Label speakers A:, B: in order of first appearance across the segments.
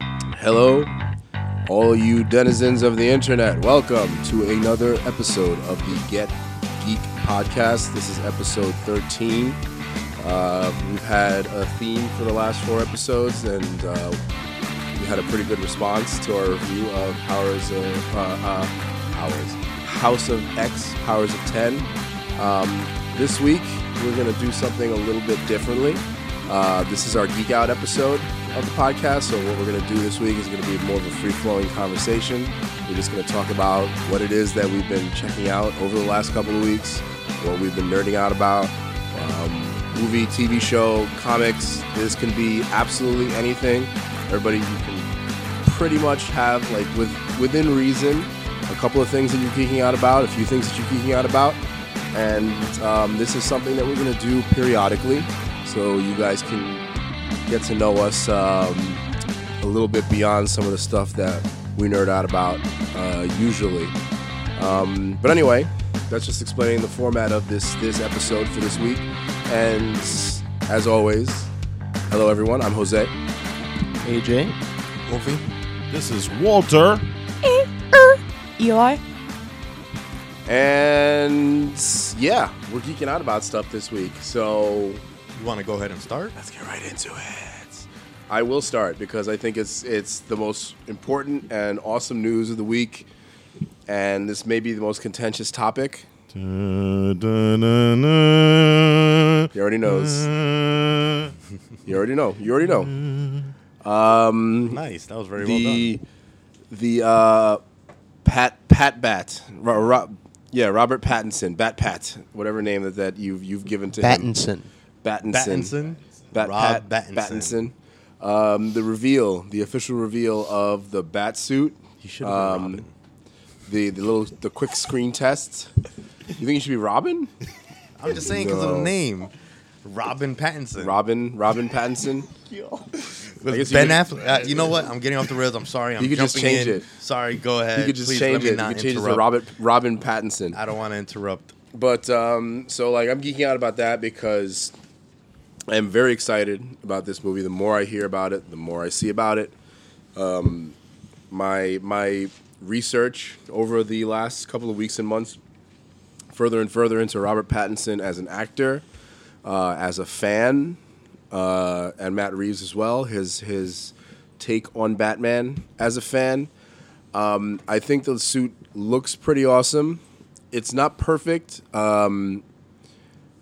A: Hello, all you denizens of the internet. Welcome to another episode of the Get Geek podcast. This is episode 13. Uh, we've had a theme for the last four episodes, and uh, we had a pretty good response to our review of Powers of uh, uh, Powers House of X, Powers of Ten. Um, this week, we're going to do something a little bit differently. Uh, this is our geek out episode of the podcast. So what we're going to do this week is going to be more of a free flowing conversation. We're just going to talk about what it is that we've been checking out over the last couple of weeks, what we've been nerding out about, um, movie, TV show, comics. This can be absolutely anything. Everybody, you can pretty much have like with within reason a couple of things that you're geeking out about, a few things that you're geeking out about, and um, this is something that we're going to do periodically, so you guys can get to know us um, a little bit beyond some of the stuff that we nerd out about uh, usually. Um, but anyway, that's just explaining the format of this this episode for this week. And as always, hello everyone. I'm Jose.
B: AJ.
C: Wolfie. This is Walter.
D: Eli?
A: And yeah, we're geeking out about stuff this week. So
C: You want to go ahead and start?
A: let's get right into it. I will start because I think it's it's the most important and awesome news of the week. And this may be the most contentious topic. He already knows. You already know. You already know.
C: Nice. That was very Mm-hmm. well
A: The the uh, Pat Pat Bat. Ro- Ro- yeah, Robert Pattinson, Bat Pat, whatever name that, that you've you've given to him.
B: Battinson.
A: Battinson.
C: Battinson?
A: Bat-
C: Rob
A: Pat- Battinson.
C: Battinson.
A: Um, the reveal, the official reveal of the bat suit. You
C: should have been Robin.
A: The, the little the quick screen test. You think you should be Robin?
C: done. I'm just saying because of
A: No.
C: the name, Robin Pattinson.
A: Robin Robin Pattinson. I guess you
C: ben
A: could-
C: Affleck. Uh, you know what? I'm getting off the rails. I'm sorry. I'm
A: You could just
C: jumping
A: change
C: in.
A: it.
C: Sorry. Go ahead.
A: You could just
C: Please
A: change
C: let me
A: it. You
C: not
A: could change it to
C: interrupt.
A: Robert Robin Pattinson.
C: I don't want to interrupt.
A: But um, so like I'm geeking out about that because I'm very excited about this movie. The more I hear about it, the more I see about it. Um, my my research over the last couple of weeks and months, further and further into Robert Pattinson as an actor, uh, as a fan, uh, and Matt Reeves as well. His his take on Batman as a fan. Um, I think the suit looks pretty awesome. It's not perfect. Um,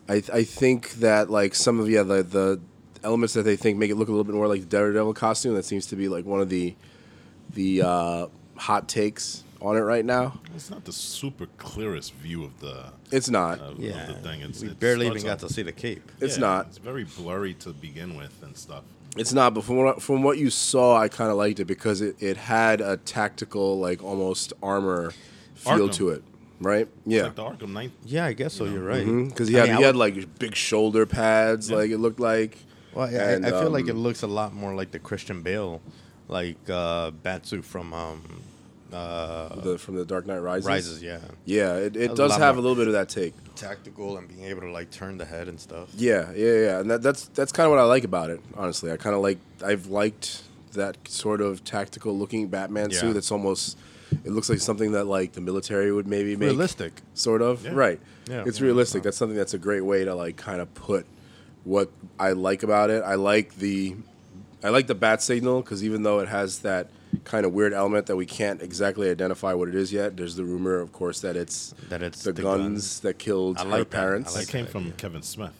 A: I, I think that like some of yeah the the elements that they think make it look a little bit more like the Daredevil costume that seems to be like one of the the uh, hot takes on it right now.
E: It's not the super clearest view of the
A: It's not.
E: of,
C: Yeah.
E: of the thing. It's,
C: we
E: it
C: barely even
E: starts
C: got
E: off-
C: to see the cape.
A: It's
E: yeah,
A: not.
E: It's very blurry to begin with and stuff.
A: It's not, but from what, from what you saw, I kind of liked it because it, it had a tactical, like almost armor feel
E: Arkham.
A: to it, right? Yeah.
E: Like the Arkham Knight.
C: Yeah, I guess so. You're right.
A: Because he
C: I
A: had,
C: mean, I
A: he had
C: would-
A: like big shoulder pads, like it looked like.
C: Well, I,
A: And,
C: I, I feel like
A: um,
C: it looks a lot more like the Christian Bale, like uh, Batsuit from um, uh,
A: the, from the Dark Knight Rises.
C: Rises. Yeah,
A: Yeah, it, it
C: A
A: does
C: lot
A: have
C: more.
A: a little bit of that take.
C: tactical and being able to like turn the head and stuff.
A: Yeah, yeah, yeah, and that, that's that's kind of what I like about it. Honestly, I kind of like I've liked that sort of tactical looking Batman
C: Yeah.
A: suit. That's almost it looks like something that like the military would maybe make
C: Realistic.
A: sort of
E: Yeah.
A: right.
C: Yeah.
A: it's
C: Yeah.
A: realistic. That's something that's a great way to like kind of put what I like about it. I like the I like the bat signal because even though it has that kind of weird element that we can't exactly identify what it is yet, there's the rumor, of course, that it's
C: That it's
A: the,
C: the
A: guns,
C: guns.
A: that killed
C: I
A: her
C: like that. I
A: parents.
C: like
E: That came
C: that,
E: from Kevin Smith.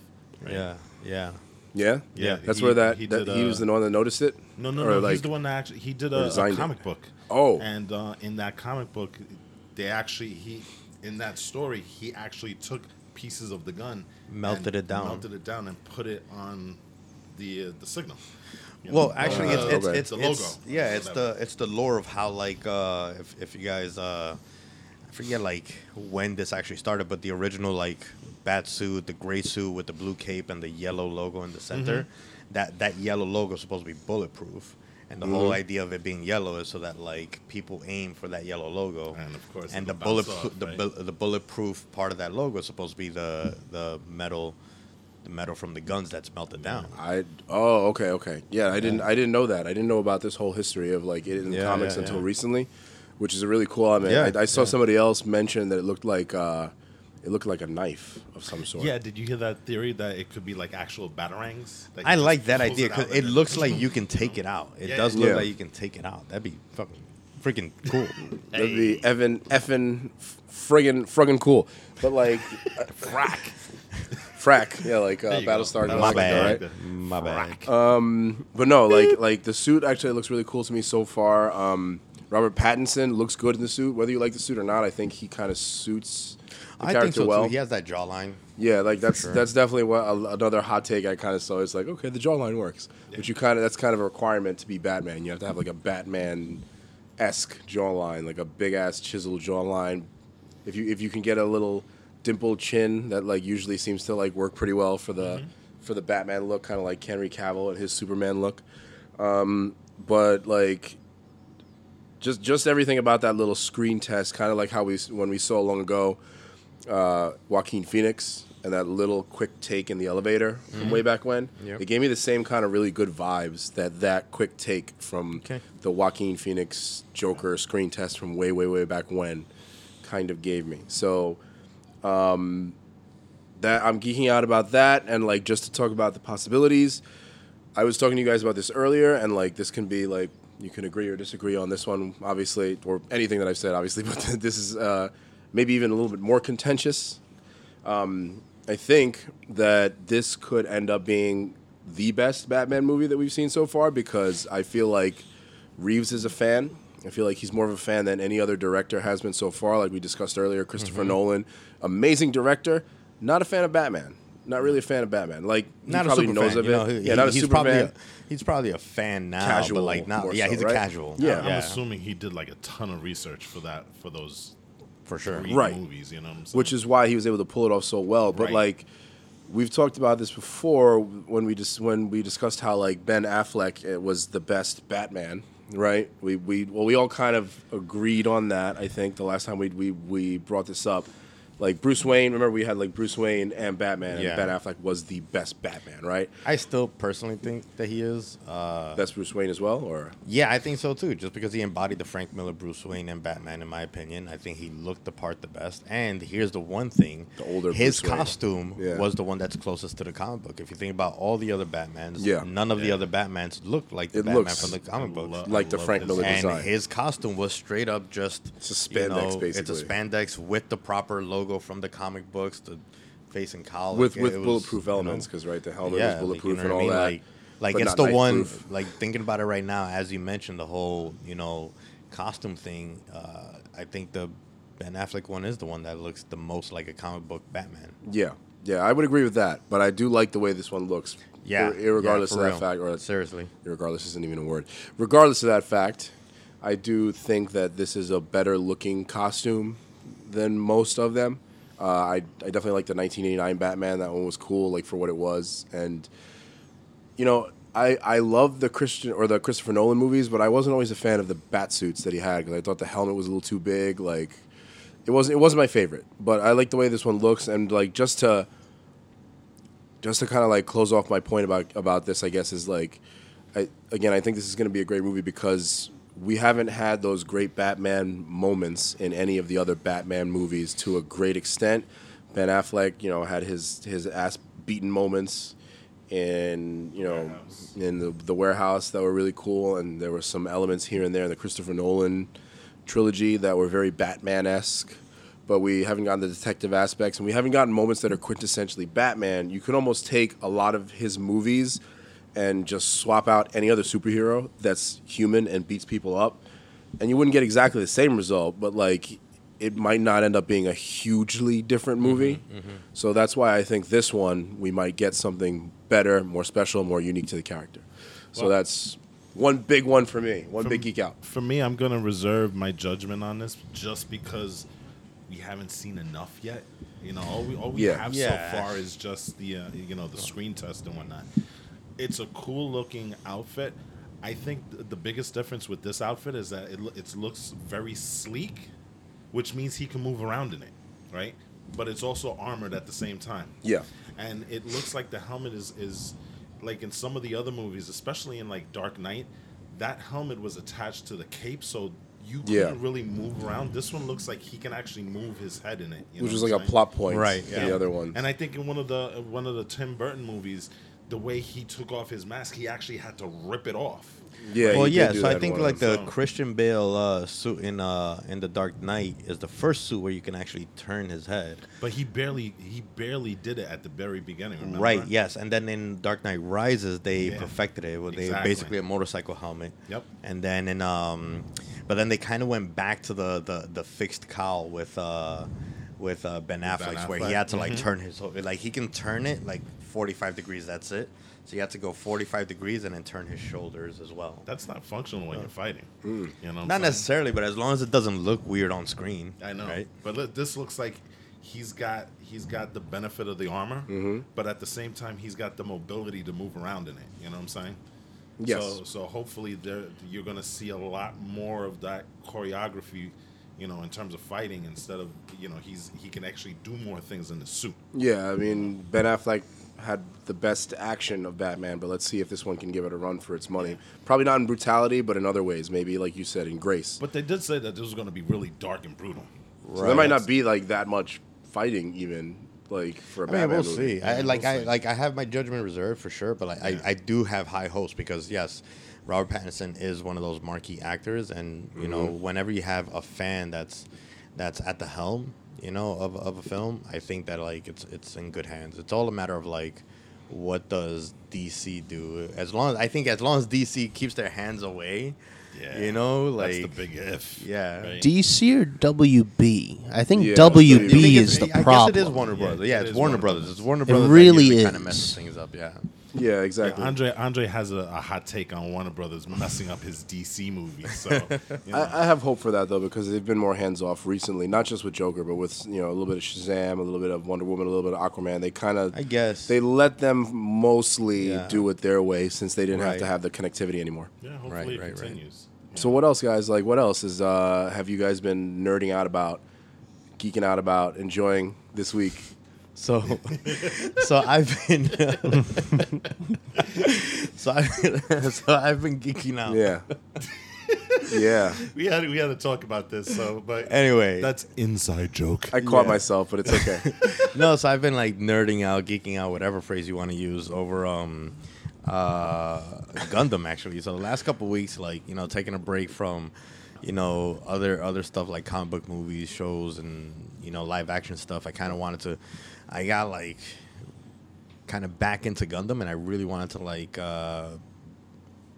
E: right?
C: Yeah, yeah.
A: Yeah,
E: Yeah,
A: That's
E: he-
A: where that
E: he
A: that- he,
E: did, uh,
A: was the one that noticed it.
E: No, no,
A: Or,
E: no.
A: like-
E: he's the one that actually he did
A: or
E: a, a
A: designed it.
E: comic book.
A: Oh.
E: and uh, in that comic book, they actually he in that story he actually took pieces of the gun,
C: Melted
E: and
C: it down.
E: melted it down, and put it on the uh, the signal. You know,
C: Well, actually,
E: uh,
C: it's it's,
A: okay.
C: it's,
E: The
C: it's-
E: logo.
C: yeah, it's
E: Whatever.
C: the it's the lore of how like uh, if if you guys uh, I forget like when this actually started, but the original like bat suit, the gray suit with the blue cape and the yellow logo in the center,
E: Mm-hmm.
C: that that yellow logo is supposed to be bulletproof. And the
E: Mm-hmm.
C: whole idea of it being yellow is so that like people aim for that yellow logo,
E: And of course
C: and the
E: it'll
C: bullet
E: bounce off,
C: the,
E: right?
C: bu- the bulletproof part of that logo is supposed to be the the metal the metal from the guns that's melted down.
A: I oh okay okay yeah I didn't I didn't know that I didn't know about this whole history of like it in the
C: Yeah,
A: comics
C: yeah,
A: until
C: yeah.
A: recently, which is a really cool element.
C: Yeah,
A: I, I saw
C: yeah.
A: somebody else mention that it looked like uh, it looked like a knife of some sort.
E: Yeah, did you hear that theory that it could be like actual batarangs?
C: I like that idea
E: because
C: because it looks like you can take it out. It
E: Yeah,
C: does
E: yeah,
C: look
A: yeah.
C: like you can take it out. That'd be fucking freaking cool.
A: that'd be Evan effin f- friggin friggin cool. But like uh, frack frack yeah like uh,
E: There you go.
A: Battlestar
E: That
C: My
A: Galactica
E: was good.
A: right.
C: bad. Mm, My bad.
A: Uh, But no, like like the suit actually looks really cool to me so far. Um, Robert Pattinson looks good in the suit. Whether you like the suit or not, I think he kind of suits the
C: I
A: character
C: think so
A: well.
C: too. He has that jawline.
A: Yeah, like that's
C: sure.
A: that's definitely what a, another hot take I kind of saw. It's like okay, the jawline works, but you kind of that's kind of a requirement to be Batman. You have to have like a Batman esque jawline, like a big ass chiseled jawline. If you if you can get a little dimpled chin, that like usually seems to like work pretty well for the for the Batman look, kind of like Henry Cavill and his Superman look. Um, but like just just everything about that little screen test, kind of like how we s- when we saw long ago uh, Joaquin Phoenix and that little quick take in the elevator from way back when.
C: Mm-hmm. Yep.
A: It gave me the same kind of really good vibes that that quick take from
C: Okay.
A: the Joaquin Phoenix Joker screen test from way way way back when kind of gave me. So um, that I'm geeking out about that and like just to talk about the possibilities. I was talking to you guys about this earlier and like this can be like you can agree or disagree on this one obviously or anything that I've said obviously but this is uh, maybe even a little bit more contentious. Um, I think that this could end up being the best Batman movie that we've seen so far because I feel like Reeves is a fan. I feel like he's more of a fan than any other director has been so far. Like we discussed earlier, Christopher
C: Mm-hmm.
A: Nolan, amazing director, not a fan of Batman. Not really a fan of Batman. Like he
C: Not a
A: probably
C: super
A: knows
C: fan.
A: of it.
C: you know, he-
A: yeah, not a
C: he's
A: super
C: probably
A: fan.
C: a, he's probably a fan now,
A: Casual
C: but like not.
A: more
C: Yeah,
A: so,
C: he's
A: right?
C: a casual.
A: Yeah.
E: I'm assuming he did like a ton of research for that for those
C: for sure.
E: three
A: Right.
E: movies. You know, what I'm saying?
A: which is why he was able to pull it off so well. But
E: Right.
A: like we've talked about this before when we just when we discussed how like Ben Affleck uh, was the best Batman, right? We we well we all kind of agreed on that. I think the last time we we we brought this up. Like Bruce Wayne, remember we had like Bruce Wayne and Batman,
C: Yeah.
A: and Ben Affleck was the best Batman, right?
C: I still personally think that he is. Uh,
A: That's Bruce Wayne as well, or
C: yeah, I think so too. Just because he embodied the Frank Miller, Bruce Wayne, and Batman, in my opinion, I think he looked the part the best. And here's the one thing:
A: The older
C: his
A: Bruce Wayne.
C: costume
A: Yeah.
C: was the one that's closest to the comic book. If you think about all the other Batmans,
A: Yeah.
C: none of the other Batmans looked like the
A: It
C: Batman
A: looks
C: from the comic books.
E: lo- I
A: like the
E: love
A: Frank
E: his-
A: Miller
C: and
A: design.
C: his costume was straight up just
A: It's a
C: you
A: spandex,
C: know, It's a
A: basically.
C: spandex with the proper logo from the comic books, the face and collar
A: with
C: It
A: with
C: was,
A: bulletproof
C: you know,
A: elements, because right, the helmet is
C: yeah, like, you
A: bulletproof
C: know
A: and
C: what
A: all
C: I mean?
A: that.
C: Like, like
A: but not
C: it's the one.
A: knife-proof.
C: Like thinking about it right now, as you mentioned, the whole you know costume thing. Uh, I think the Ben Affleck one is the one that looks the most like a comic book Batman.
A: Yeah, yeah, I would agree with that, but I do like the way this one looks.
C: Yeah,
A: ir- irregardless
C: yeah,
A: of
C: for
A: that
C: real.
A: fact, or
C: seriously,
A: irregardless isn't even a word. Regardless of that fact, I do think that this is a better looking costume than most of them. Uh, I, I definitely like the 1989 Batman. That one was cool, like for what it was, and you know, I, I love the Christian or the Christopher Nolan movies, but I wasn't always a fan of the bat suits that he had because I thought the helmet was a little too big. Like, it wasn't it wasn't my favorite, but I like the way this one looks, and like just to just to kind of like close off my point about about this, I guess is like, I again I think this is going to be a great movie because we haven't had those great Batman moments in any of the other Batman movies to a great extent. Ben Affleck, you know, had his his ass beaten moments in you know
E: Warehouse.
A: in the, the warehouse that were really cool, and there were some elements here and there in the Christopher Nolan trilogy that were very Batman esque, but we haven't gotten the detective aspects and we haven't gotten moments that are quintessentially Batman. You could almost take a lot of his movies and just swap out any other superhero that's human and beats people up, and you wouldn't get exactly the same result, but like it might not end up being a hugely different
C: Mm-hmm,
A: movie. So that's why I think this one we might get something better, more special, more unique to the character. So
E: Well-
A: that's one big one for me. One big geek out.
E: For me, I'm gonna reserve my judgment on this just because we haven't seen enough yet. You know, all we all we
A: Yeah.
E: have
C: Yeah.
E: so far is just the uh, you know the screen test and whatnot. It's a cool looking outfit. I think th- the biggest difference with this outfit is that it, lo- it looks very sleek, which means he can move around in it, right? but it's also armored at the same time.
A: Yeah.
E: And it looks like the helmet is is like in some of the other movies, especially in like Dark Knight, that helmet was attached to the cape, so you
A: Yeah.
E: couldn't really move around. This one looks like he can actually move his head in it, you
A: which
E: know
A: was
E: what
A: like
E: I'm
A: a
E: saying?
A: plot point
C: Right,
A: for
C: yeah.
A: the other one.
E: And I think in one of the one of the Tim Burton movies, the way he took off his mask, he actually had to rip it off.
A: yeah,
C: well,
A: he did
C: yeah.
A: do
C: So I
A: that
C: think
A: one.
C: like the
E: so-
C: Christian Bale uh, suit in uh, in the Dark Knight is the first suit where you can actually turn his head.
E: But he barely he barely did it at the very beginning. Remember?
C: Right. Yes. And then in Dark Knight Rises, they
E: Yeah.
C: perfected it. Where they
E: Exactly.
C: basically a motorcycle helmet.
E: Yep.
C: And then in um, but then they kind of went back to the the, the fixed cowl with uh with uh, Ben Affleck, where he
E: Affleck. Mm-hmm.
C: had to like turn his whole like he can turn it like forty five degrees. That's it. So you had to go forty five degrees and then turn his shoulders as well.
E: That's not functional
A: Oh.
E: when you're fighting.
A: Mm.
E: You know, what I'm
C: Not
E: saying?
C: necessarily, but as long as it doesn't look weird on screen.
E: I know,
C: Right.
E: but look, this looks like he's got he's got the benefit of the armor,
A: Mm-hmm.
E: but at the same time he's got the mobility to move around in it. You know what I'm saying?
A: Yes.
E: So, so hopefully there you're going to see a lot more of that choreography, you know, in terms of fighting instead of you know he's he can actually do more things in the suit.
A: Yeah, I mean Ben Affleck had the best action of Batman, but let's see if this one can give it a run for its money. Probably not in brutality, but in other ways, maybe like you said, in grace.
E: But they did say that this was going to be really dark and brutal.
A: So there might not be like that much fighting, even like for a
C: I mean,
A: Batman
C: we'll
A: movie.
C: see. I, like,
E: we'll
C: I
E: see.
C: like, I have my judgment reserved for sure, but like,
E: Yeah.
C: I, I do have high hopes because yes, Robert Pattinson is one of those marquee actors, and you know,
E: Mm-hmm.
C: whenever you have a fan that's that's at the helm, you know, of, of a film, I think that like it's it's in good hands. It's all a matter of like, what does DC do? As long as I think, as long as DC keeps their hands away, you know, like
E: that's the big if.
C: yeah.
E: right?
B: DC or WB? I think
A: Yeah,
B: WB
A: I think
B: is the
C: I
B: problem.
C: guess it is Warner Brothers. Yeah,
E: it
C: it's
E: is
C: Warner
E: Warner
C: Brothers.
E: Brothers.
C: It's Warner
B: It
C: Brothers. that
B: really
C: usually Kind of
B: is.
C: messes things up. Yeah.
A: Yeah, exactly.
E: Andre Andre has a, a hot take on Warner Brothers messing up his DC movies. So you know.
A: I, I have hope for that though because they've been more hands off recently, not just with Joker, but with you know a little bit of Shazam, a little bit of Wonder Woman, a little bit of Aquaman. They kind of,
C: I guess.
A: they let them mostly
C: Yeah.
A: do it their way since they didn't have
C: Right.
A: to have the connectivity anymore.
E: yeah,
C: Right,
E: hopefully
C: right, right.
E: it continues.
A: So what else, guys? Like, what else is uh, have you guys been nerding out about, geeking out about, enjoying this week?
C: So, so I've been, so I, so I've been geeking out.
A: Yeah, yeah.
E: We had we had to talk about this. So, but
C: Anyway,
E: that's inside joke.
A: I caught myself, but it's okay.
C: no, so I've been like nerding out, geeking out, whatever phrase you want to use over um uh Gundam actually. So the last couple weeks, like, you know, taking a break from, you know, other other stuff like comic book movies, shows and, you know, live action stuff, I kinda wanted to I got like kind of back into Gundam and I really wanted to like uh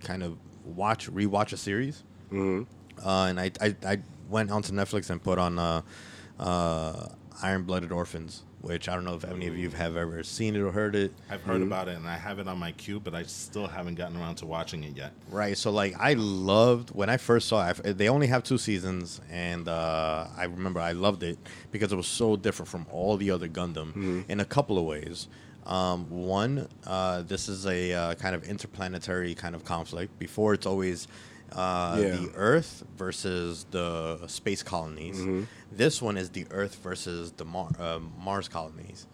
C: kind of watch rewatch a series. Uh, and I, I I went onto Netflix and put on uh, uh, Iron Blooded Orphans, which I don't know if any of you have ever seen it or heard it.
E: I've heard about it and I have it on my queue, but I still haven't gotten around to watching it yet.
C: Right. So like I loved when I first saw it. I- They only have two seasons, and uh, I remember I loved it because it was so different from all the other Gundam in a couple of ways. Um, one, uh, this is a uh, kind of interplanetary kind of conflict. Before it's always uh,
A: Yeah.
C: the Earth versus the space colonies. This one is the Earth versus the Mar- uh, Mars colonies.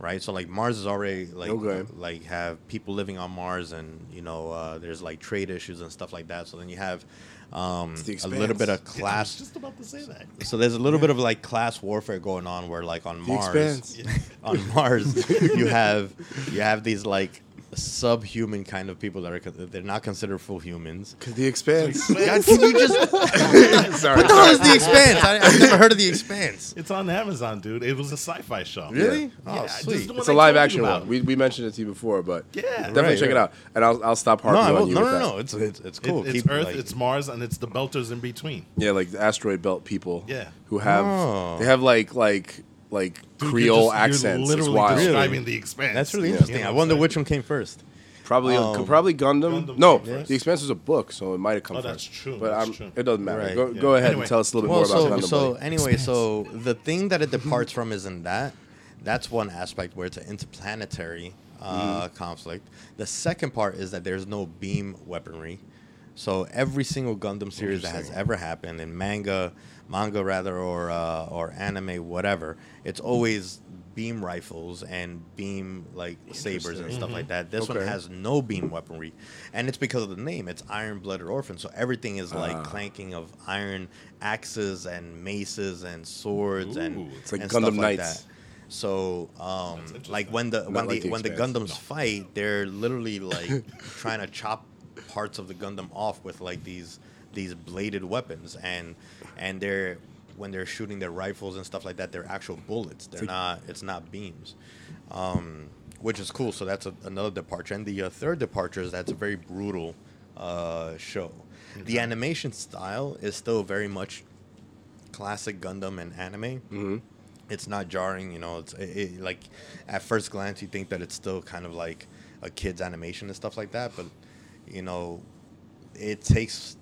C: Right, so like Mars is already like
A: Okay.
C: like have people living on Mars, and you know uh, there's like trade issues and stuff like that. So then you have um,
A: the
C: a little bit of
A: expanse.
C: class.
E: Just about to say that.
C: So there's a little bit of like class warfare going on, where like on
A: The
C: Mars,
A: expanse.
C: on Mars, you have you have these like subhuman kind of people that are con- they're not considered full humans.
A: The Expanse.
C: God, can you just what
A: Sorry.
C: the hell is the Expanse? I, I've never heard of the Expanse.
E: It's on Amazon, dude. It was a sci-fi show.
C: Really?
A: Yeah.
C: Oh,
E: Yeah, this is the
C: sweet.
E: one
A: It's a
E: I
A: live
E: told you
A: action
E: about.
A: one. We, we mentioned it to you before, but
E: Yeah.
A: definitely
C: Right,
A: check it
C: right.
A: out. And I'll, I'll stop
C: No,
A: harping
C: I
A: on
C: won't-
A: you.
C: no,
A: with
C: no,
A: that.
C: no. It's it's, it's
E: It-
C: cool.
E: it's
C: Keep,
E: Earth,
C: like-
E: it's Mars, and it's the belters in between.
A: Yeah, like the asteroid belt people.
E: Yeah.
A: Who have
C: Oh.
A: they have like like like
E: Dude, you're
A: Creole
E: just-
A: accents?
E: You're
A: It's
E: literally
A: wild.
E: describing the expanse.
C: that's really
E: You know
C: interesting.
E: what
C: I
E: I'm
C: wonder
E: saying?
C: which one came first.
A: Probably uh,
C: Um,
A: probably Gundam.
E: Gundam
A: no,
E: came first.
A: the expanse was a book, so it might have come
E: Oh,
A: first.
E: that's true,
A: But
E: that's
A: um,
E: true.
A: it doesn't matter.
C: Right.
A: Go,
E: Yeah.
A: go ahead
E: Anyway.
A: and tell us a little bit
C: Well,
A: more
C: so
A: about Gundam.
C: so
A: buddy.
C: anyway, so the thing that it departs from isn't that. That's one aspect where it's an
A: Mm-hmm.
C: interplanetary uh, conflict. The second part is that there's no beam weaponry, So every single Gundam series that has ever happened in manga, manga rather, or uh, or anime, whatever, it's always beam rifles and beam like sabers and stuff like that. This one
A: Mm-hmm. Okay.
C: has no beam weaponry, and it's because of the name. It's Iron Blooded Orphan, so everything is like
A: Ah.
C: clanking of iron axes and maces and swords and
E: Ooh. It's
A: like
C: and
A: Gundam
C: stuff like
A: Knights.
C: that. So, um, like
E: interesting.
C: when the when
A: like
C: the
A: the
C: when the
A: Expanse.
C: Gundams fight, they're literally like trying to chop parts of the Gundam off with like these these bladed weapons, and and they're when they're shooting their rifles and stuff like that, they're actual bullets. They're not it's not beams, um, which is cool. So that's a, another departure, and the uh, third departure is that's a very brutal uh, show. The animation style is still very much classic Gundam and anime. Mm-hmm. It's not jarring, you know. It's it, it, like at first glance you think that it's still kind of like a kid's animation and stuff like that, but you know, it takes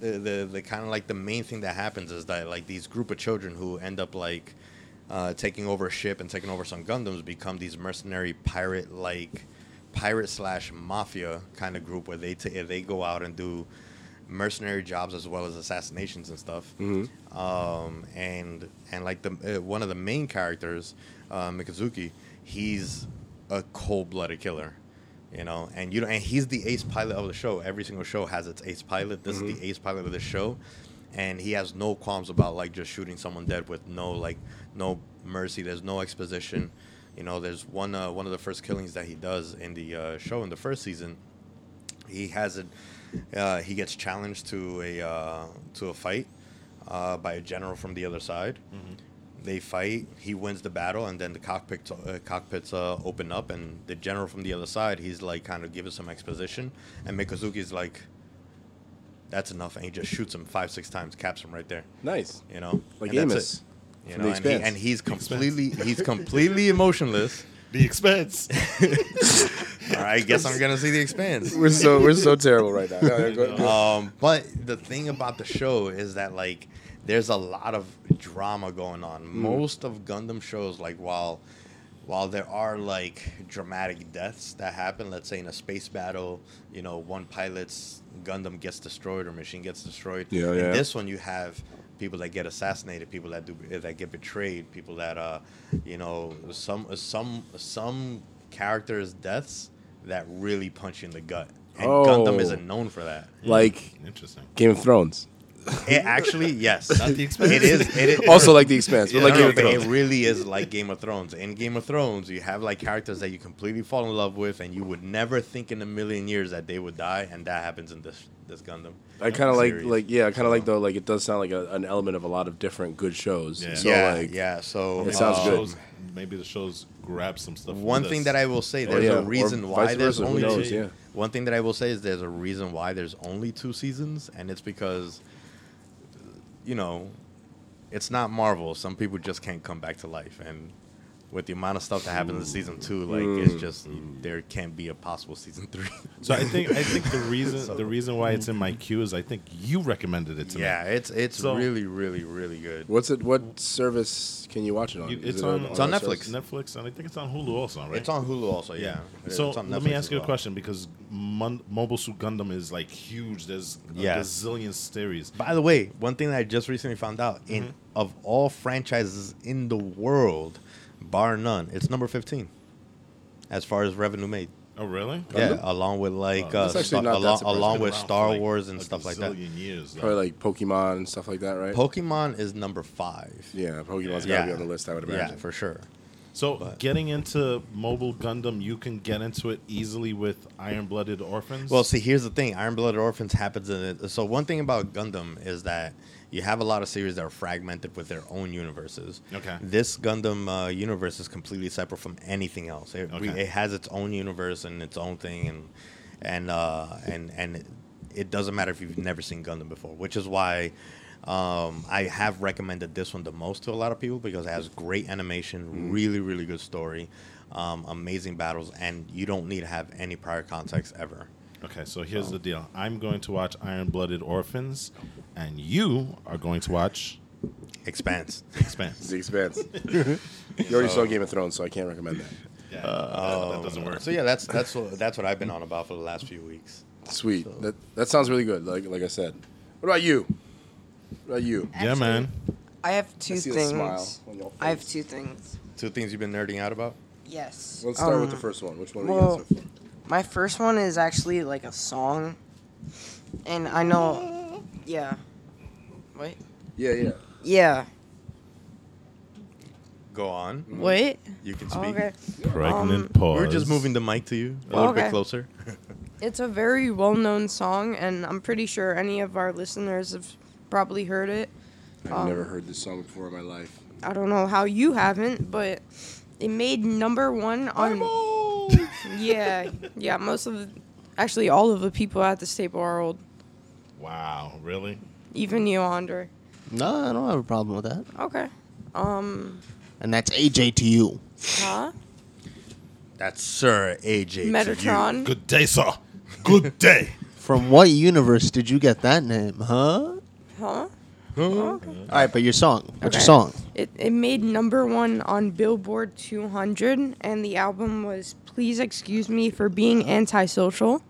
C: the the, the kind of like the main thing that happens is that like these group of children who end up like uh, taking over a ship and taking over some Gundams become these mercenary pirate like pirate slash mafia kind of group where they ta they go out and do mercenary jobs as well as assassinations and stuff. Um, and and like the uh, one of the main characters, uh, Mikazuki, he's a cold blooded killer. You know, and you don't, and he's the ace pilot of the show. Every single show has its ace pilot. This is the ace pilot of the show, and he has no qualms about like just shooting someone dead with no like no mercy. There's no exposition. You know, there's one uh, one of the first killings that he does in the uh, show in the first season he has a uh, he gets challenged to a uh, to a fight uh, by a general from the other side.
A: Mm-hmm.
C: They fight. He wins the battle, and then the cockpits uh, cockpits uh, open up, and the general from the other side he's like kind of giving some exposition, and Mikazuki's like, "That's enough," and he just shoots him five six times, caps him right there.
A: Nice.
C: You know,
A: Like
C: and that's
A: Amos
C: it. You
A: from The
C: know, and, he,
A: Expanse.
C: and he's completely he's completely emotionless.
E: The expense.
C: I guess I'm gonna see the expanse.
A: We're so we're so terrible right now.
C: Um, but the thing about the show is that like there's a lot of drama going on.
A: Mm.
C: Most of Gundam shows, like while while there are like dramatic deaths that happen, let's say in a space battle, you know, one pilot's Gundam gets destroyed or machine gets destroyed.
A: Yeah,
C: in
A: yeah.
C: this one you have people that get assassinated, people that do that get betrayed, people that uh, you know, some some some characters' deaths that really punch you in the gut. And
A: Oh.
C: Gundam isn't known for that.
A: like
E: Interesting.
A: Game of Thrones.
C: It actually, yes.
E: the expense.
C: It is. It is
A: Also like The Expanse, but
C: No,
A: like
C: no,
A: Game of
C: but
A: Thrones.
C: it really is like Game of Thrones. In Game of Thrones, you have like characters that you completely fall in love with, and you would never think in a million years that they would die, and that happens in this this Gundam.
A: I kind of like
C: series.
A: like yeah, I kind of like though like it does sound like a, an element of a lot of different good shows.
E: Yeah.
A: So
C: yeah,
A: like
C: yeah. So
A: It sounds
C: um,
A: good.
E: Shows, maybe the shows grab some stuff. from
C: One
E: this.
C: thing that I will say, there's
A: yeah,
C: a
A: or
C: reason
A: vice
C: why there's
A: versa, who
C: only
A: knows,
C: two.
A: yeah.
C: One thing that I will say is there's a reason why there's only two seasons, and it's because, you know, it's not Marvel. Some people just can't come back to life, and with the amount of stuff that happens in season two, like it's just there can't be a possible season three.
E: So I think I think the reason the reason why it's in my queue is I think you recommended it to me.
C: yeah, it's it's
E: So-
C: really really really good.
A: What's it? What service can you watch it on?
E: You-
A: Is
E: It's
A: it
E: on,
C: It's on
A: that
C: Netflix.
A: service?
E: Netflix, and I think it's on Hulu also, right?
C: It's on Hulu also. Yeah.
E: So
C: It's on
E: let me
C: Netflix
E: ask
C: as
E: you a
C: well.
E: question because Mon- Mobile Suit Gundam is like huge. There's a
C: Yeah.
E: gazillion series.
C: By the way, one thing that I just recently found out in
A: Mm-hmm.
C: of all franchises in the world, bar none, it's number fifteen as far as revenue made.
E: Oh really?
C: Yeah, along with like
E: Wow.
C: uh,
E: That's
A: actually
C: stuff,
A: not that
C: along,
A: surprising.
C: along
E: Been
C: with
E: around for,
C: Star
E: like,
C: Wars and
E: a
C: stuff like that.
E: gazillion Years. though.
A: Probably like Pokemon and stuff like that, right?
C: Pokemon is number five.
A: yeah, Pokemon's
C: Yeah.
A: gotta be on the list. I would
C: yeah,
A: imagine.
C: for sure.
E: So getting into Mobile Gundam, you can get into it easily with Iron Blooded Orphans.
C: Well, see, here's the thing: Iron Blooded Orphans happens in it. So one thing about Gundam is that you have a lot of series that are fragmented with their own universes.
E: Okay.
C: This Gundam uh, universe is completely separate from anything else. It, we-
E: Okay.
C: it has its own universe and its own thing, and and uh, and and it, it doesn't matter if you've never seen Gundam before, which is why. Um, I have recommended this one the most to a lot of people because it has great animation,
E: Mm-hmm.
C: really, really good story, um, amazing battles, and you don't need to have any prior context ever.
E: okay. So here's the deal. I'm going to watch Iron Blooded Orphans, and you are going to watch
C: Expanse.
E: Expanse.
A: The Expanse. you already saw Game of Thrones, so I can't recommend that.
C: uh, oh,
E: Yeah, that, that doesn't work.
C: So yeah, that's that's what that's what I've been on about for the last few weeks.
A: Sweet. That that sounds really good. Like like I said. What about you? What about you?
E: yeah, man.
F: I have two
A: I see a
F: things.
A: smile on your
F: I have
A: face.
F: two things.
C: Two things you've been nerding out about.
F: Yes.
A: Let's start with the
F: Um,
A: first one. Which one
F: well-
A: are you answering?
F: My first one is actually like a song, and I know. Yeah. Wait.
A: Yeah, yeah.
F: Yeah.
C: Go on.
D: What?
C: You can speak.
D: Okay.
E: Pregnant
C: We
E: pause.
C: um, We're just moving the mic to you a little bit
D: Okay.
C: closer.
D: It's a very well known song, and I'm pretty sure any of our listeners have probably heard it.
A: I've
D: Um,
A: never heard this song before in my life.
D: I don't know how you haven't, but it made number one on. Yeah, yeah, most of the. Actually, all of the people at this table are old,
E: Wow, really?
D: even you, Andre.
B: No, I don't have a problem with that.
D: Okay. Um,
B: And that's AJ to you.
D: huh?
C: That's Sir AJ.
D: Metatron.
E: Good day, sir. Good day.
B: From what universe did you get that name, huh?
D: Huh?
B: All right, but your song. What's your
D: Okay.
B: song?
D: It, it made number one on Billboard 200, and the album was Please Excuse Me for Being Antisocial.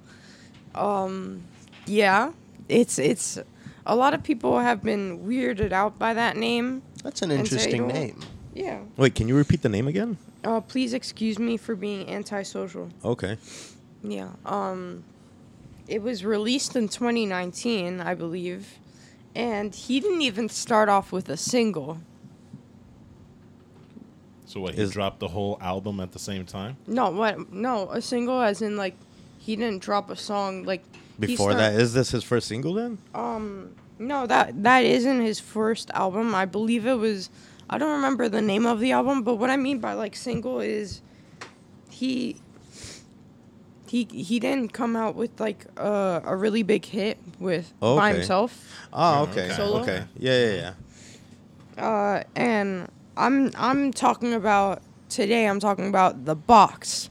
D: Um, yeah, it's it's a lot of people have been weirded out by that name.
B: That's an
D: And so
B: interesting
D: you-
B: name.
D: Yeah.
C: Wait, can you repeat the name again?
D: Uh, Please Excuse Me for Being Antisocial.
C: Okay.
D: Yeah. Um, it was released in 2019, I believe, and he didn't even start off with a single.
E: So what? He
C: Is-
E: dropped the whole album at the same time.
D: No, what? No, a single, as in like he didn't drop a song like he
C: Before
D: start-
C: that, is this his first single then?
D: Um, no, that that isn't his first album. I believe it was. I don't remember the name of the album, but what I mean by like single is he he he didn't come out with like a a really big hit with
C: Oh,
D: by
C: okay.
D: himself.
C: Oh,
E: okay.
C: okay.
D: Solo?
C: Okay. Yeah, yeah, yeah.
D: Uh, and I'm I'm talking about today. I'm talking about the box.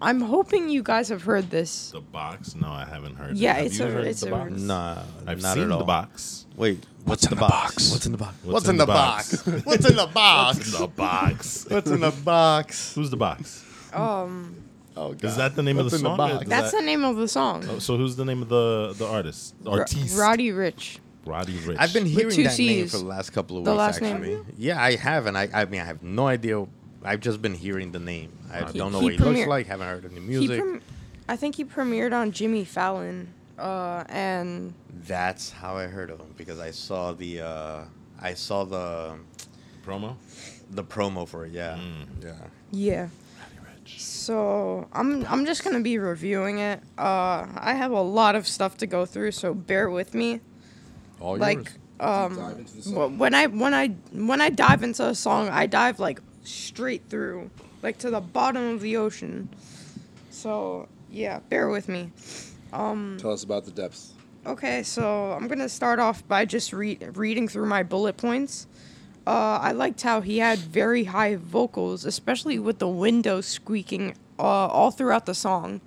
D: I'm hoping you guys have heard this.
E: The box? No, I haven't heard.
D: Yeah,
E: it. Have
D: it's
E: you
D: a-
E: heard
D: it's
E: the
D: a-
E: box?
C: Nah,
E: I've
C: not
E: seen
C: at all.
E: the box.
C: Wait, what's, in the, box? What's in the box?
E: What's, in, the, box?
B: What's in the
E: What's in the box?
C: What's in the box?
E: Who's the box?
D: Um,
C: Oh God.
E: Is that the name
C: What's
E: of
C: in
E: the
C: the
E: song?
C: box?
E: Is
D: that's
E: that-
D: the name of the song.
E: Oh, so who's the name of the the artist? Artiste.
D: Roddy Rich.
E: Roddy Rich.
C: I've been hearing
D: two
C: that name
D: Cs.
C: for the last couple of
D: The
C: weeks.
D: last name.
C: actually. Yeah, I haven't. I, I mean, I have no idea. I've just been hearing the name. I
D: He-
C: don't know
D: he
C: what he
D: premiered-
C: looks like. Haven't heard any
D: He
C: music.
D: prem- I think he premiered on Jimmy Fallon. Uh, and
C: That's how I heard of him because I saw the uh, I saw the
E: promo.
C: the promo for it. Yeah,
E: Mm.
C: yeah.
D: yeah. So I'm I'm just gonna be reviewing it. Uh, I have a lot of stuff to go through, so bear with me.
E: Oh,
C: All
D: Like, um,
A: Dive into the song.
D: Well, when I when I when I dive into a song, I dive like straight through, like to the bottom of the ocean. So yeah, bear with me. Um.
A: Tell us about the depths.
D: Okay, so I'm gonna start off by just re- reading through my bullet points. Uh, I liked how he had very high vocals, especially with the window squeaking uh, all throughout the song.